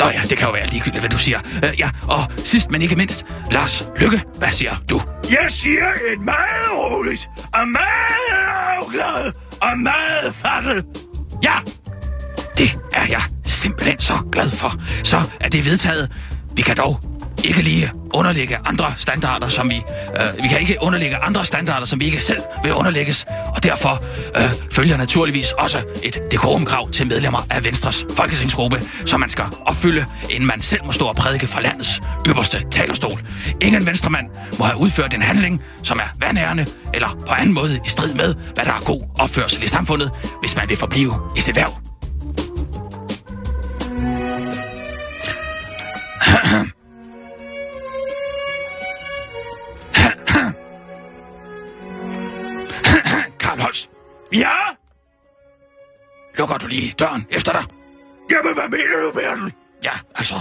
Speaker 8: Nå ja, det kan jo være ligegyldigt, hvad du siger. Uh, ja, og sidst men ikke mindst, Lars Lykke, hvad siger du?
Speaker 5: Jeg siger et meget roligt, og meget afklaret, og meget fattet ja!
Speaker 8: Det er jeg simpelthen så glad for. Så er det vedtaget. Vi kan dog ikke lige underlægge andre standarder, som vi... Øh, vi kan ikke underlægge andre standarder, som vi ikke selv vil underlægges. Og derfor øh, følger naturligvis også et dekorumkrav til medlemmer af Venstres folketingsgruppe, som man skal opfylde, inden man selv må stå og prædike fra landets øverste talerstol. Ingen venstremand må have udført en handling, som er vandærende eller på anden måde i strid med, hvad der er god opførsel i samfundet, hvis man vil forblive i sit værv. Karl Holst,
Speaker 5: Ja?
Speaker 8: lukker du lige døren efter dig?
Speaker 5: Jamen, hvad mener du, Bertel?
Speaker 8: Ja, altså,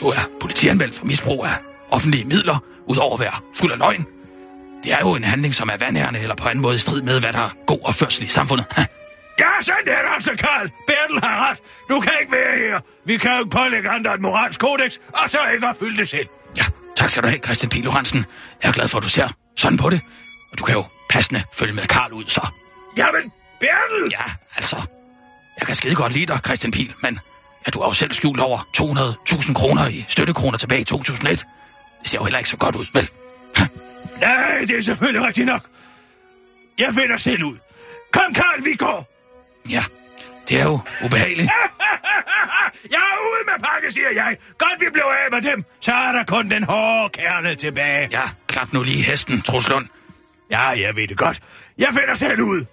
Speaker 8: du er politianmeldt for misbrug af offentlige midler, udover at være fuld af løgn. Det er jo en handling, som er vandærende eller på anden måde i strid med, hvad der er god opførsel i samfundet. Ha,
Speaker 5: Ja, sådan er det altså, Karl. Bertel har ret. Du kan ikke være her. Vi kan jo ikke pålægge andre et moralsk kodex, og så ikke have fyldt det selv.
Speaker 8: Ja, tak skal du have, Christian P. Lorentzen. Jeg er glad for, at du ser sådan på det. Og du kan jo passende følge med Karl ud, så.
Speaker 5: Jamen, Bertel!
Speaker 8: Ja, altså. Jeg kan skide godt lide dig, Christian Pil, men ja, du har jo selv skjult over 200.000 kroner i støttekroner tilbage i 2001. Det ser jo heller ikke så godt ud, vel?
Speaker 5: Nej, det er selvfølgelig rigtigt nok. Jeg finder selv ud. Kom, Karl, vi går.
Speaker 8: Ja, det er jo ubehageligt.
Speaker 5: [LAUGHS] jeg er ude med pakke, siger jeg. Godt, vi blev af med dem. Så er der kun den hårde kerne tilbage.
Speaker 8: Ja, klap nu lige hesten, Truslund.
Speaker 5: Ja, jeg ved det godt. Jeg finder selv ud.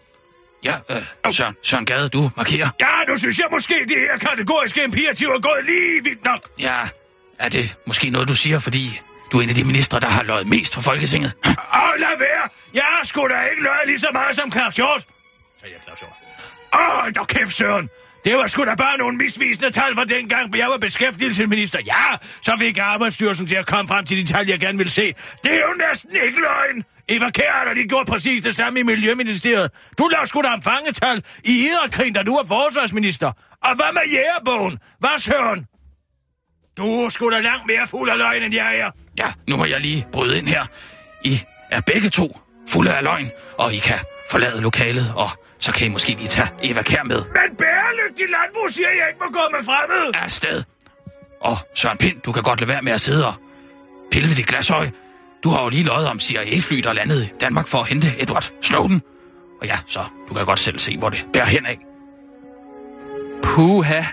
Speaker 8: Ja, øh, Søren, Søren Gade, du markerer.
Speaker 5: Ja, nu synes jeg måske, det her kategoriske imperativ er gået lige vidt nok.
Speaker 8: Ja, er det måske noget, du siger, fordi du er en af de ministre, der har løjet mest for Folketinget? [CLEARS THROAT] Hm,
Speaker 5: Og lad være. Jeg har sgu da ikke løjet lige så meget som Claus Hjort. Så jeg Claus Hjort. Åh, hold da kæft, Søren. Det var sgu da bare nogle misvisende tal fra dengang, jeg var beskæftigelsesminister. Ja, så fik jeg Arbejdsstyrelsen til at komme frem til de tal, jeg gerne ville se. Det er jo næsten ikke løgn. Eva Kjær har da lige gjort præcis det samme i Miljøministeriet. Du lavede sgu da om fangetal i Irakkrigen, da du var forsvarsminister. Og hvad med jægerbogen? Hvad, Søren? Du er sgu da langt mere fuld af løgn, end jeg er.
Speaker 8: Ja, nu må jeg lige bryde ind her. I er begge to fulde af løgn, og I kan forlade lokalet, og så kan I måske lige tage Eva Kær med
Speaker 5: Men bæredygtig landbrug siger, jeg ikke må gå med fremmede.
Speaker 8: afsted. Og Søren Pind, du kan godt lade være med at sidde og pille ved dit glasøje. Du har jo lige løjet om CIA-fly, der landede i Danmark for at hente Edward Snowden. Og ja, så du kan godt selv se, hvor det bærer henad. Puha,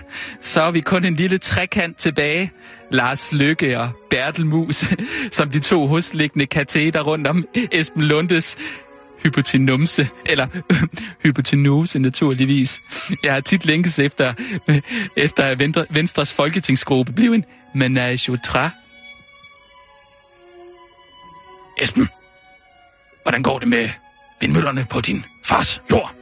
Speaker 8: så er vi kun en lille trekant tilbage. Lars Lykke og Bertel Mus, [LAUGHS] som de to husliggende kateter rundt om Esben Lundes hypotenumse, eller [LAUGHS] hypotenuse naturligvis. Jeg har tit lænkes efter, [LAUGHS] efter at Venstre- Venstres folketingsgruppe blev en menage à trois.
Speaker 4: Esben, hvordan går det med vindmøllerne på din fars jord?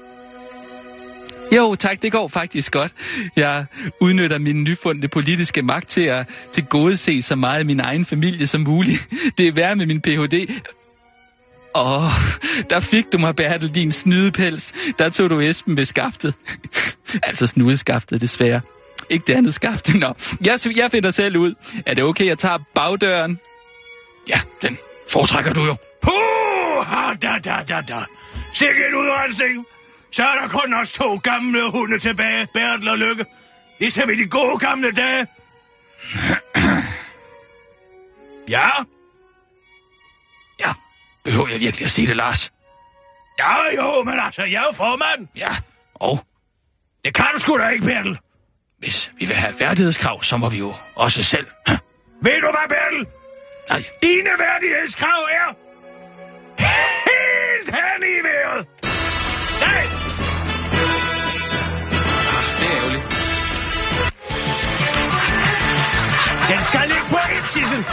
Speaker 8: Jo, tak, det går faktisk godt. Jeg udnytter min nyfundne politiske magt til at til gode se så meget af min egen familie som muligt. Det er værre med min Ph.D. Åh, oh, der fik du mig, Bertel, din snydepels. Der tog du Esben ved skaftet. altså snudeskaftet, desværre. Ikke det andet skaft. Nå, jeg, sy- jeg finder selv ud. Er det okay, jeg tager bagdøren?
Speaker 4: Ja, den foretrækker du jo.
Speaker 5: Puh, da, da, da, da. Sikke en udrensning. Så er der kun os to gamle hunde tilbage, Bertel og Lykke. Ligesom i de gode gamle dage. [CLEARS THROAT] ja,
Speaker 4: Ja, behøver jeg virkelig at sige det, Lars?
Speaker 5: ja jo, men altså, jeg er jo formand.
Speaker 4: Ja, og
Speaker 5: Det kan du sgu da ikke, Bertel.
Speaker 4: hvis vi vil have værdighedskrav, så må vi jo også selv. Huh?
Speaker 5: Ved du hvad, Bertel?
Speaker 4: Nej,
Speaker 5: Dine værdighedskrav er [LAUGHS] helt hen i vejret. Nej,
Speaker 8: Det er ærgerligt.
Speaker 5: den skal ligge på et, Sissel.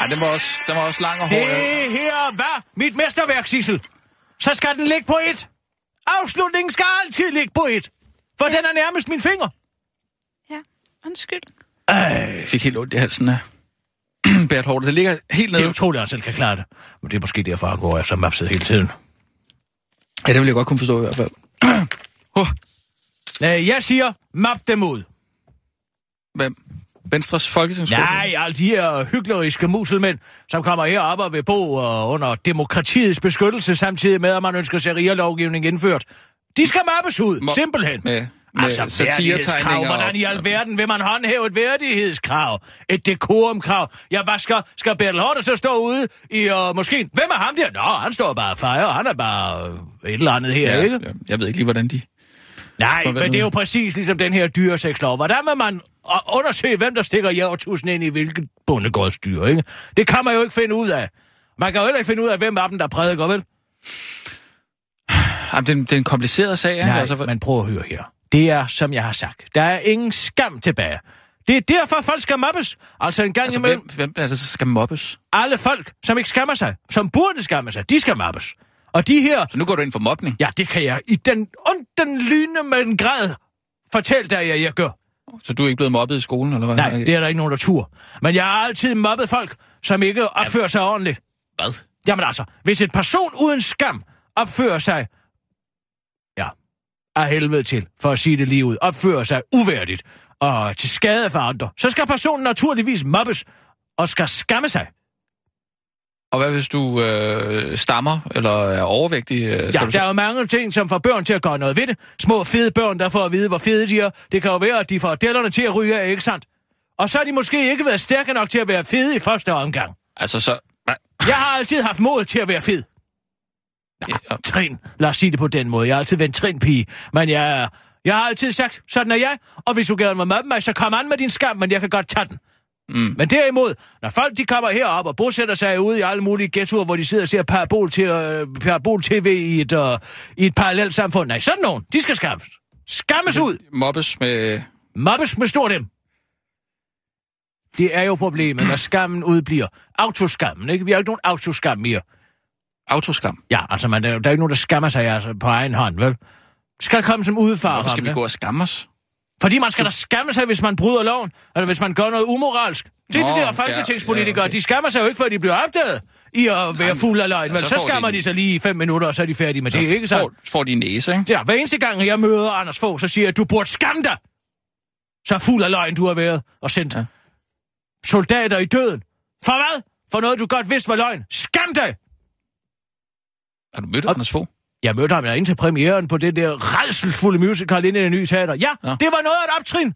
Speaker 8: Ej, den var også, den var også lang og hård.
Speaker 5: Det her var mit mesterværk, Sissel. Så skal den ligge på et. Afslutningen skal altid ligge på et. For den er nærmest min finger.
Speaker 7: Ja, undskyld.
Speaker 8: Jeg fik helt ondt i halsen af [CLEARS THROAT] Bert Hård. Det ligger helt
Speaker 5: Det er
Speaker 8: nede.
Speaker 5: utroligt, at han selv kan klare det. Men det er måske derfor, han går efter mapset hele tiden.
Speaker 8: Ja, det vil jeg godt kunne forstå i hvert fald. [CLEARS THROAT] Huh.
Speaker 5: Øh, Jeg siger, map dem ud.
Speaker 8: Hvem? Venstres folketingsgruppe?
Speaker 5: Nej, alle de her hykleriske muselmænd, som kommer herop og vil bo og under demokratiets beskyttelse, samtidig med, at man ønsker sharia-lovgivning indført. De skal mappes ud,
Speaker 8: Må-
Speaker 5: simpelthen.
Speaker 8: Med, med
Speaker 5: altså, værdighedskrav.
Speaker 8: satiretegninger.
Speaker 5: Hvordan i
Speaker 8: og-
Speaker 5: alverden vil man håndhæve et værdighedskrav? Et dekorumkrav? Ja, hvad skal, skal Bertel Hårder så stå ude i uh, måske? Hvem er ham der? Nå, han står bare og fejrer. Han er bare øh, et eller andet her,
Speaker 8: Ja,
Speaker 5: ikke?
Speaker 8: ja, jeg ved ikke lige, hvordan de...
Speaker 5: Nej,
Speaker 8: Hvad
Speaker 5: men det er jo præcis ligesom den her dyresekslov. Hvordan vil man o- undersøge, hvem der stikker jævertusen ind i hvilket bondegårdsdyr, ikke? Det kan man jo ikke finde ud af. Man kan jo heller ikke finde ud af, hvem af dem, der prædiker, vel?
Speaker 8: Jamen, det, er en, det er en kompliceret sag, ikke?
Speaker 5: Nej,
Speaker 8: Altså, for...
Speaker 5: men prøv at høre her. Det er, som jeg har sagt. Der er ingen skam tilbage. Det er derfor, folk skal mobbes. Altså en gang altså,
Speaker 8: altså
Speaker 5: imellem,
Speaker 8: hvem,
Speaker 5: hvem?
Speaker 8: hvem er det, der skal mobbes?
Speaker 5: alle folk, som ikke skammer sig, som burde skamme sig, de skal mobbes. Og de her,
Speaker 8: Så nu går du ind for mobning.
Speaker 5: ja, det kan jeg i den, und, den lyne med en grad fortælle dig, at jeg gør.
Speaker 8: Så du er ikke blevet mobbet i skolen, eller hvad?
Speaker 5: Nej, det er der ikke nogen, der tur. Men jeg har altid mobbet folk, som ikke opfører sig ordentligt.
Speaker 8: Hvad?
Speaker 5: Jamen altså, hvis et person uden skam opfører sig... Ja, af helvede til, for at sige det lige ud. Opfører sig uværdigt og til skade for andre. Så skal personen naturligvis mobbes og skal skamme sig.
Speaker 8: Og hvad hvis du øh, stammer, eller er overvægtig? Øh, skal
Speaker 5: Ja,
Speaker 8: du
Speaker 5: der er jo mange ting, som får børn til at gøre noget ved det. Små fede børn, der får at vide, hvor fede de er. Det kan jo være, at de får dællerne til at ryge af, ikke sandt? Og så har de måske ikke været stærke nok til at være fede i første omgang.
Speaker 8: Altså, så... Nej.
Speaker 5: Jeg har altid haft mod til at være fed.
Speaker 8: Ja,
Speaker 5: Trin. Lad os sige det på den måde. Jeg har altid været en trinpige. Men jeg, jeg har altid sagt, sådan er jeg. Og hvis du gerne vil mobbe mig, så kom an med din skam, men jeg kan godt tage den. Mm. Men derimod, når folk de kommer herop og bosætter sig ude i alle mulige ghettoer, hvor de sidder og ser parabol, til, øh, parabol TV i et, øh, i et parallelt samfund. Nej, sådan nogen. De skal skaffes. Skammes ud.
Speaker 8: mobbes med...
Speaker 5: Mobbes med stort dem. Det er jo problemet, når skammen udbliver. Autoskammen, ikke? Vi har jo ikke nogen autoskam mere.
Speaker 8: Autoskam.
Speaker 5: Ja, altså, man, der, er jo- der er jo ikke nogen, der skammer sig altså, på egen hånd, vel? Skal komme som udefra.
Speaker 8: Hvorfor skal vi gå og skamme os?
Speaker 5: Fordi man skal da skamme sig, hvis man bryder loven, eller hvis man gør noget umoralsk. Det er
Speaker 8: Nå,
Speaker 5: de
Speaker 8: ja,
Speaker 5: der folketingspolitikere, ja,
Speaker 8: ja, okay.
Speaker 5: okay. de skammer sig jo ikke, før de bliver opdaget i at være fuld af løgn.
Speaker 8: ja,
Speaker 5: Men
Speaker 8: så
Speaker 5: så, så
Speaker 8: får
Speaker 5: skammer
Speaker 8: de
Speaker 5: de,
Speaker 8: den.
Speaker 5: sig lige i fem minutter, og så er de færdige med det, ikke sandt?
Speaker 8: Får, får de en næse, ikke?
Speaker 5: Ja, hver eneste gang, jeg møder Anders Fogh, så siger jeg, at du burde skamme dig. Så fuld af løgn, du har været og sendt
Speaker 8: Ja.
Speaker 5: ja. soldater i døden. For hvad? For noget, du godt vidste var løgn. Skam dig!
Speaker 8: Har du mødt
Speaker 5: Og-
Speaker 8: Anders Fogh?
Speaker 5: Jeg mødte ham ind til premieren på det der redselfulde musical inde i det nye teater. Ja,
Speaker 8: Nå.
Speaker 5: ja. det var noget af et optrin.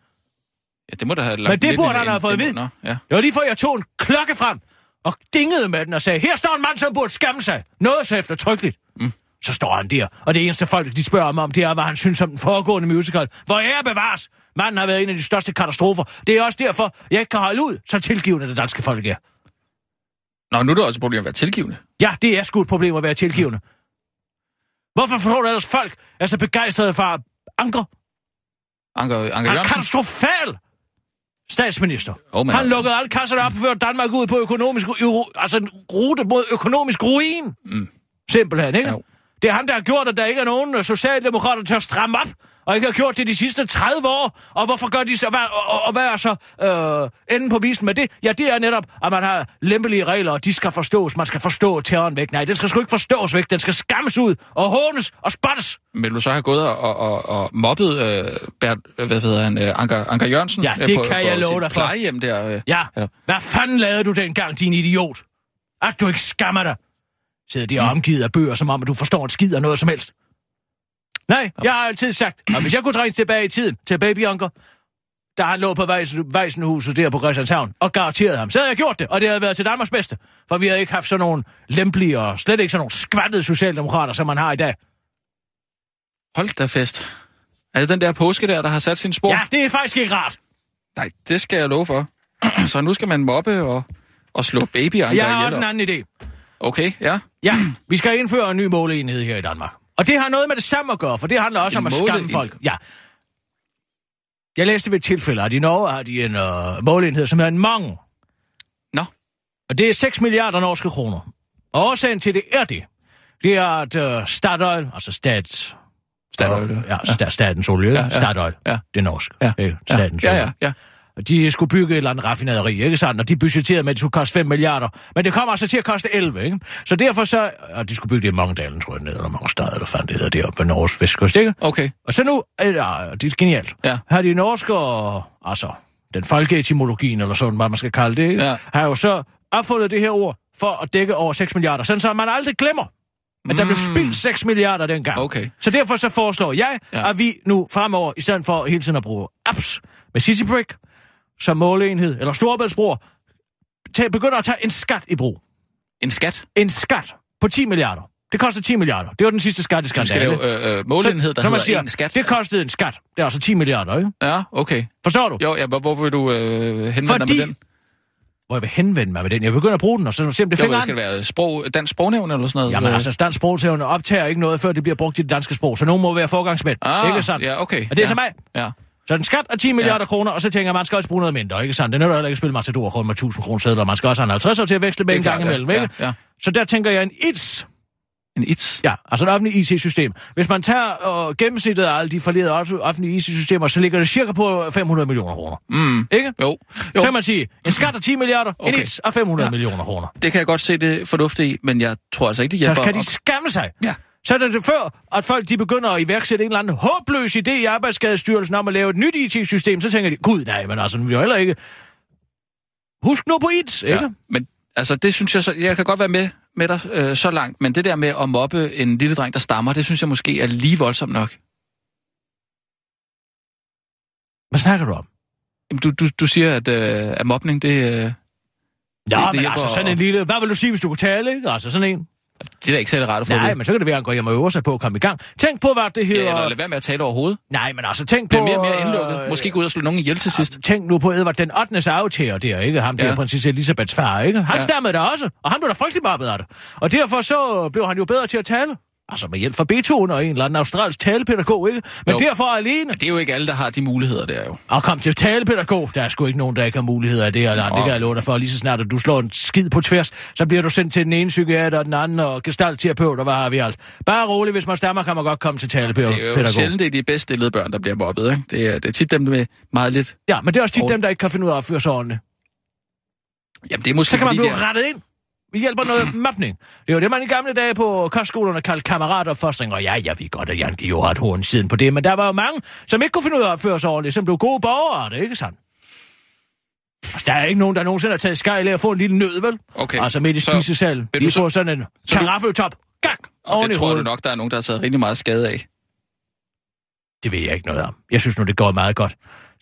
Speaker 8: Ja, det må da have lagt
Speaker 5: Men det
Speaker 8: lidt
Speaker 5: burde
Speaker 8: en-
Speaker 5: han have
Speaker 8: en-
Speaker 5: fået at
Speaker 8: en-
Speaker 5: vide.
Speaker 8: Nå, Ja.
Speaker 5: Det var lige før, jeg tog en klokke frem og dingede med den og sagde, her står en mand, som burde skamme sig. Noget så eftertrykkeligt. Mm. Så står han der, og det eneste folk, de spørger ham om, det er, hvad han synes om den foregående musical. Hvor ære bevares. Manden har været en af de største katastrofer. Det er også derfor, jeg ikke kan holde ud, så tilgivende det danske folk er.
Speaker 4: Nå, nu er det også et problem at være tilgivende.
Speaker 5: Ja, det er sgu et problem at være tilgivende. Hvorfor tror du ellers folk er så begejstrede for Anker?
Speaker 4: Anker, Anker
Speaker 5: Han er
Speaker 4: Jørgensen.
Speaker 5: katastrofal statsminister.
Speaker 4: Jo, men
Speaker 5: han
Speaker 4: altså-
Speaker 5: lukkede alle kasserne op og førte Danmark ud på økonomisk, uro- altså en rute mod økonomisk ruin. Mm. Simpelthen, ikke?
Speaker 4: Jo.
Speaker 5: Det er ham, der har gjort, at der ikke er nogen øh, socialdemokrater til at stramme op, og ikke har gjort det de sidste 30 år. Og hvorfor gør de så? Hvad, og, og- og hvad er så øh, enden på visen med det? Ja, det er netop, at man har lempelige regler, og de skal forstås. Man skal forstå terroren væk. Nej, den skal sgu ikke forstås væk. Den skal skammes ud og hånes og spottes.
Speaker 4: Men du så har gået og, og, og, og mobbet øh, Bert, øh, hvad hedder han, øh, Anker, Anker Jørgensen?
Speaker 5: Ja,
Speaker 4: øh,
Speaker 5: det kan jeg love
Speaker 4: sit
Speaker 5: dig for.
Speaker 4: plejehjem der. Øh.
Speaker 5: Ja.
Speaker 4: Ja.
Speaker 5: ja. Hvad fanden lavede du dengang, din idiot? At du ikke skammer dig? Sidder
Speaker 4: Mm.
Speaker 5: de og omgivet af bøger, som om, at du forstår en skid af noget som helst? Nej, jeg har altid sagt, at hvis jeg kunne trænge tilbage i tiden til Baby Anker, da han lå på Vejs- Vejsenhuset der på Christianshavn, og garanterede ham, så havde jeg gjort det, og det havde været til Danmarks bedste. For vi havde ikke haft sådan nogle lempelige og slet ikke sådan nogle skvattede socialdemokrater, som man har i dag.
Speaker 4: Hold da fest. Er det den der påske der, der har sat sin spor?
Speaker 5: Ja, det er faktisk ikke rart.
Speaker 4: Nej, det skal jeg love for. [CLEARS THROAT] så nu skal man mobbe og, og slå baby Anker
Speaker 5: Jeg har
Speaker 4: ihjel
Speaker 5: også en
Speaker 4: og-
Speaker 5: anden idé.
Speaker 4: Okay, ja.
Speaker 5: Ja, vi skal indføre en ny måleenhed her i Danmark. Og det har noget med det samme at gøre, for det handler også
Speaker 4: En
Speaker 5: om at
Speaker 4: måleenhed?
Speaker 5: skamme folk. Ja. Jeg læste ved et tilfælde, at i Norge har de en øh, måleenhed, som hedder en mong.
Speaker 4: Nå.
Speaker 5: Og det er 6 milliarder norske kroner. Og årsagen til det er det. Det er, at øh, Statoil, altså stat...
Speaker 4: Statoil, ja.
Speaker 5: ja. Sta- statens olie,
Speaker 4: Ja,
Speaker 5: ja,
Speaker 4: ja.
Speaker 5: ja. Statoil.
Speaker 4: Ja.
Speaker 5: Det er norsk.
Speaker 4: Ja.
Speaker 5: Ikke? Statens
Speaker 4: ja,
Speaker 5: olie.
Speaker 4: ja, ja.
Speaker 5: De skulle bygge et eller andet raffinaderi, ikke sandt? Og de budgetterede med, at det skulle koste 5 milliarder. Men det kommer altså til at koste 11, ikke? Så derfor så... Og de skulle bygge det i Mongdalen, tror jeg, ned, eller Mongstad, eller fandt det hedder deroppe ved Norges vestkyst, ikke?
Speaker 4: Okay.
Speaker 5: Og så nu... Øh, ja, det er genialt.
Speaker 4: Ja.
Speaker 5: Har de norske og... Altså, den folkeetimologien, eller sådan, hvad man skal kalde det, ikke?
Speaker 4: Ja.
Speaker 5: Har jo så opfundet det her ord for at dække over 6 milliarder. Sådan så man aldrig glemmer, at der blev spildt 6 milliarder dengang.
Speaker 4: Mm. Okay.
Speaker 5: Så derfor så foreslår jeg,
Speaker 4: Ja.
Speaker 5: ja. at vi nu fremover, i stedet for hele tiden at bruge apps med Sissy Brick som måleenhed, eller Storebæltsbroer, tag, begynder at tage en skat i brug.
Speaker 4: En skat.
Speaker 5: En skat på 10 milliarder. Det koster 10 milliarder. Det var den sidste skat i
Speaker 4: Du skal lave
Speaker 5: skandalen.
Speaker 4: øh, øh, målenhed, der
Speaker 5: man
Speaker 4: hedder en skat.
Speaker 5: det kostede en skat. Det er altså 10 milliarder, ikke?
Speaker 4: Ja, okay.
Speaker 5: Forstår du?
Speaker 4: Jo, ja, hvor, hvor vil du øh, henvende
Speaker 5: Fordi-
Speaker 4: dig med den?
Speaker 5: Hvor jeg vil henvende mig med den. Jeg begynder at bruge den, og så se, om det
Speaker 4: Jo,
Speaker 5: finder
Speaker 4: det skal det være sprog, dansk sprognævn eller sådan noget?
Speaker 5: Jamen
Speaker 4: Øh,
Speaker 5: altså, dansk sprogsævne optager ikke noget, før det bliver brugt i det danske sprog, så nogen må være forgangsmænd.
Speaker 4: Ah,
Speaker 5: ikke sandt?
Speaker 4: ja, okay.
Speaker 5: Og det er
Speaker 4: ja.
Speaker 5: så mig.
Speaker 4: Ja.
Speaker 5: Så den skat er 10 milliarder kroner, og så tænker jeg, man skal også bruge noget mindre, ikke sandt? Det nytter heller ikke at spille matador kun med 1000 kroner sædler. Man skal også have en 50 år til at veksle med
Speaker 4: Det er
Speaker 5: en gang
Speaker 4: klart, ja.
Speaker 5: imellem, ikke?
Speaker 4: Ja, ja.
Speaker 5: Så der tænker jeg en ITS,
Speaker 4: En its.
Speaker 5: ja, altså et offentligt IT-system. Hvis man tager øh, gennemsnittet af alle de forlerede off- offentlige IT-systemer, så ligger det cirka på 500 millioner kroner.
Speaker 4: Mm.
Speaker 5: Ikke?
Speaker 4: Jo.
Speaker 5: Jo.
Speaker 4: jo.
Speaker 5: Så kan man sige, en skat er 10 milliarder, okay. en
Speaker 4: Okay.
Speaker 5: ITS er 500
Speaker 4: Ja.
Speaker 5: ja. millioner kroner.
Speaker 4: Det kan jeg godt se det fornuftige i, men jeg tror altså ikke, det hjælper.
Speaker 5: Så kan de
Speaker 4: op.
Speaker 5: skamme sig.
Speaker 4: Ja.
Speaker 5: Så er det det før, at folk de begynder at iværksætte en eller anden håbløs idé i Arbejdsskadestyrelsen om at lave et nyt IT-system, så tænker de, gud nej, men altså, vi er jo heller ikke... Husk nu på IT, ikke?
Speaker 4: Ja. Men altså, det synes jeg så... Jeg kan godt være med med dig øh, så langt, men det der med at mobbe en lille dreng, der stammer, det synes jeg måske er lige voldsomt nok.
Speaker 5: Hvad snakker du om?
Speaker 4: Jamen, Du, du, du siger, at, øh, at mobning, det, øh, det
Speaker 5: Ja,
Speaker 4: det
Speaker 5: det, men
Speaker 4: hjælper
Speaker 5: altså sådan
Speaker 4: at-
Speaker 5: en lille... Hvad vil du sige, hvis du kunne tale, ikke? Altså sådan en...
Speaker 4: er da ikke særlig rart at få
Speaker 5: Nej,
Speaker 4: det.
Speaker 5: men så kan det være, at han går hjem og øver sig på at komme i gang. Tænk på, hvad det
Speaker 4: Ja,
Speaker 5: hedder...
Speaker 4: eller lad være med at tale overhovedet.
Speaker 5: Nej, men altså tænk på...
Speaker 4: Bliv mere og mere
Speaker 5: øh,
Speaker 4: indlukket. Måske gå ud og slå nogen ihjel til sidst.
Speaker 5: Tænk nu på Edvard den 8. aftager der, ikke? Ham der,
Speaker 4: Ja.
Speaker 5: ja. prinsesse Elisabeths far, ikke? Han
Speaker 4: Ja.
Speaker 5: ja. stammede der også, og han blev da frygtelig mobbet af det. Og derfor så blev han jo bedre til at tale. Altså med hjælp fra Beethoven og en eller anden australsk talepædagog, ikke? Men
Speaker 4: Jo.
Speaker 5: jo. derfor alene.
Speaker 4: Det er jo ikke alle, der har de muligheder der jo.
Speaker 5: Og kom til talepædagog. Der er sgu ikke nogen, der ikke har muligheder af det eller andet.
Speaker 4: Nå.
Speaker 5: Det kan jeg love dig for. Lige så snart, at du slår en skid på tværs, så bliver du sendt til den ene psykiater og den anden og gestaltterapeut, og hvad har vi alt. Bare rolig, hvis man stammer, kan man godt komme til talepædagog.
Speaker 4: Det er jo Pædagog. sjældent, det er de bedst stillede børn, der bliver mobbet. Ikke? Det, er, det er tit dem med meget lidt...
Speaker 5: Ja, men det er også tit
Speaker 4: Og-
Speaker 5: dem, der ikke kan finde ud af at opføre sig ordentligt.
Speaker 4: Jamen, det er måske
Speaker 5: Så kan man
Speaker 4: fordi,
Speaker 5: blive
Speaker 4: det er-
Speaker 5: rettet ind. Vi hjælper
Speaker 4: [CLEARS THROAT]
Speaker 5: noget mobning. Det var det, man i gamle dage på kostskolerne kaldte kammerater og fostring. Og ja, jeg ved godt, at Jan Geo har et horn siden på det, men der var jo mange, som ikke kunne finde ud af at opføre sig ordentligt, som blev gode borgere, er det er ikke sandt? Altså, der er ikke nogen, der nogensinde har taget skejl af at få en lille nød, vel?
Speaker 4: Okay.
Speaker 5: Altså midt i
Speaker 4: Så-
Speaker 5: spisesalen.
Speaker 4: Vil du
Speaker 5: Lige
Speaker 4: så-
Speaker 5: få sådan en
Speaker 4: vil-
Speaker 5: karaffeltop. Gak!
Speaker 4: Og
Speaker 5: Oven
Speaker 4: det
Speaker 5: i
Speaker 4: tror jeg
Speaker 5: hovedet.
Speaker 4: nok, der er nogen, der har taget rigtig meget skade af.
Speaker 5: Det ved jeg ikke noget om. Jeg synes nu, det går meget godt.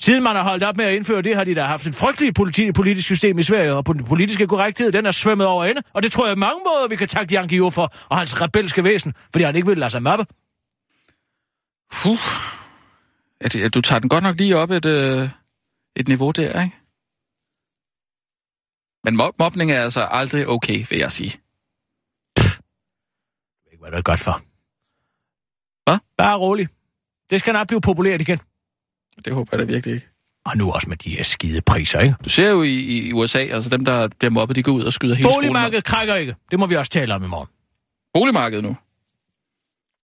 Speaker 5: Siden man har holdt op med at indføre det, har de da haft et frygteligt politi- politisk system i Sverige, og den politiske korrekthed, den er svømmet over ende, og det tror jeg mange måder, vi kan takke Jan Guillou for, og hans rebelske væsen, fordi han ikke vil lade sig mappe.
Speaker 4: Puh. Ja, det- ja, Du tager den godt nok lige op et, øh, et niveau der, ikke? Men mob- mobning er altså aldrig okay, vil jeg sige.
Speaker 5: Det var det godt for.
Speaker 4: Hvad?
Speaker 5: Bare rolig. Det skal nok blive populært igen.
Speaker 4: Det håber jeg da virkelig ikke.
Speaker 5: Og nu også med de her skide priser, ikke?
Speaker 4: Du ser jo i, i i USA, altså dem, der bliver mobbet, de går ud og skyder hele skolen. op.
Speaker 5: Boligmarkedet krækker ikke. Det må vi også tale om i morgen.
Speaker 4: Boligmarkedet nu.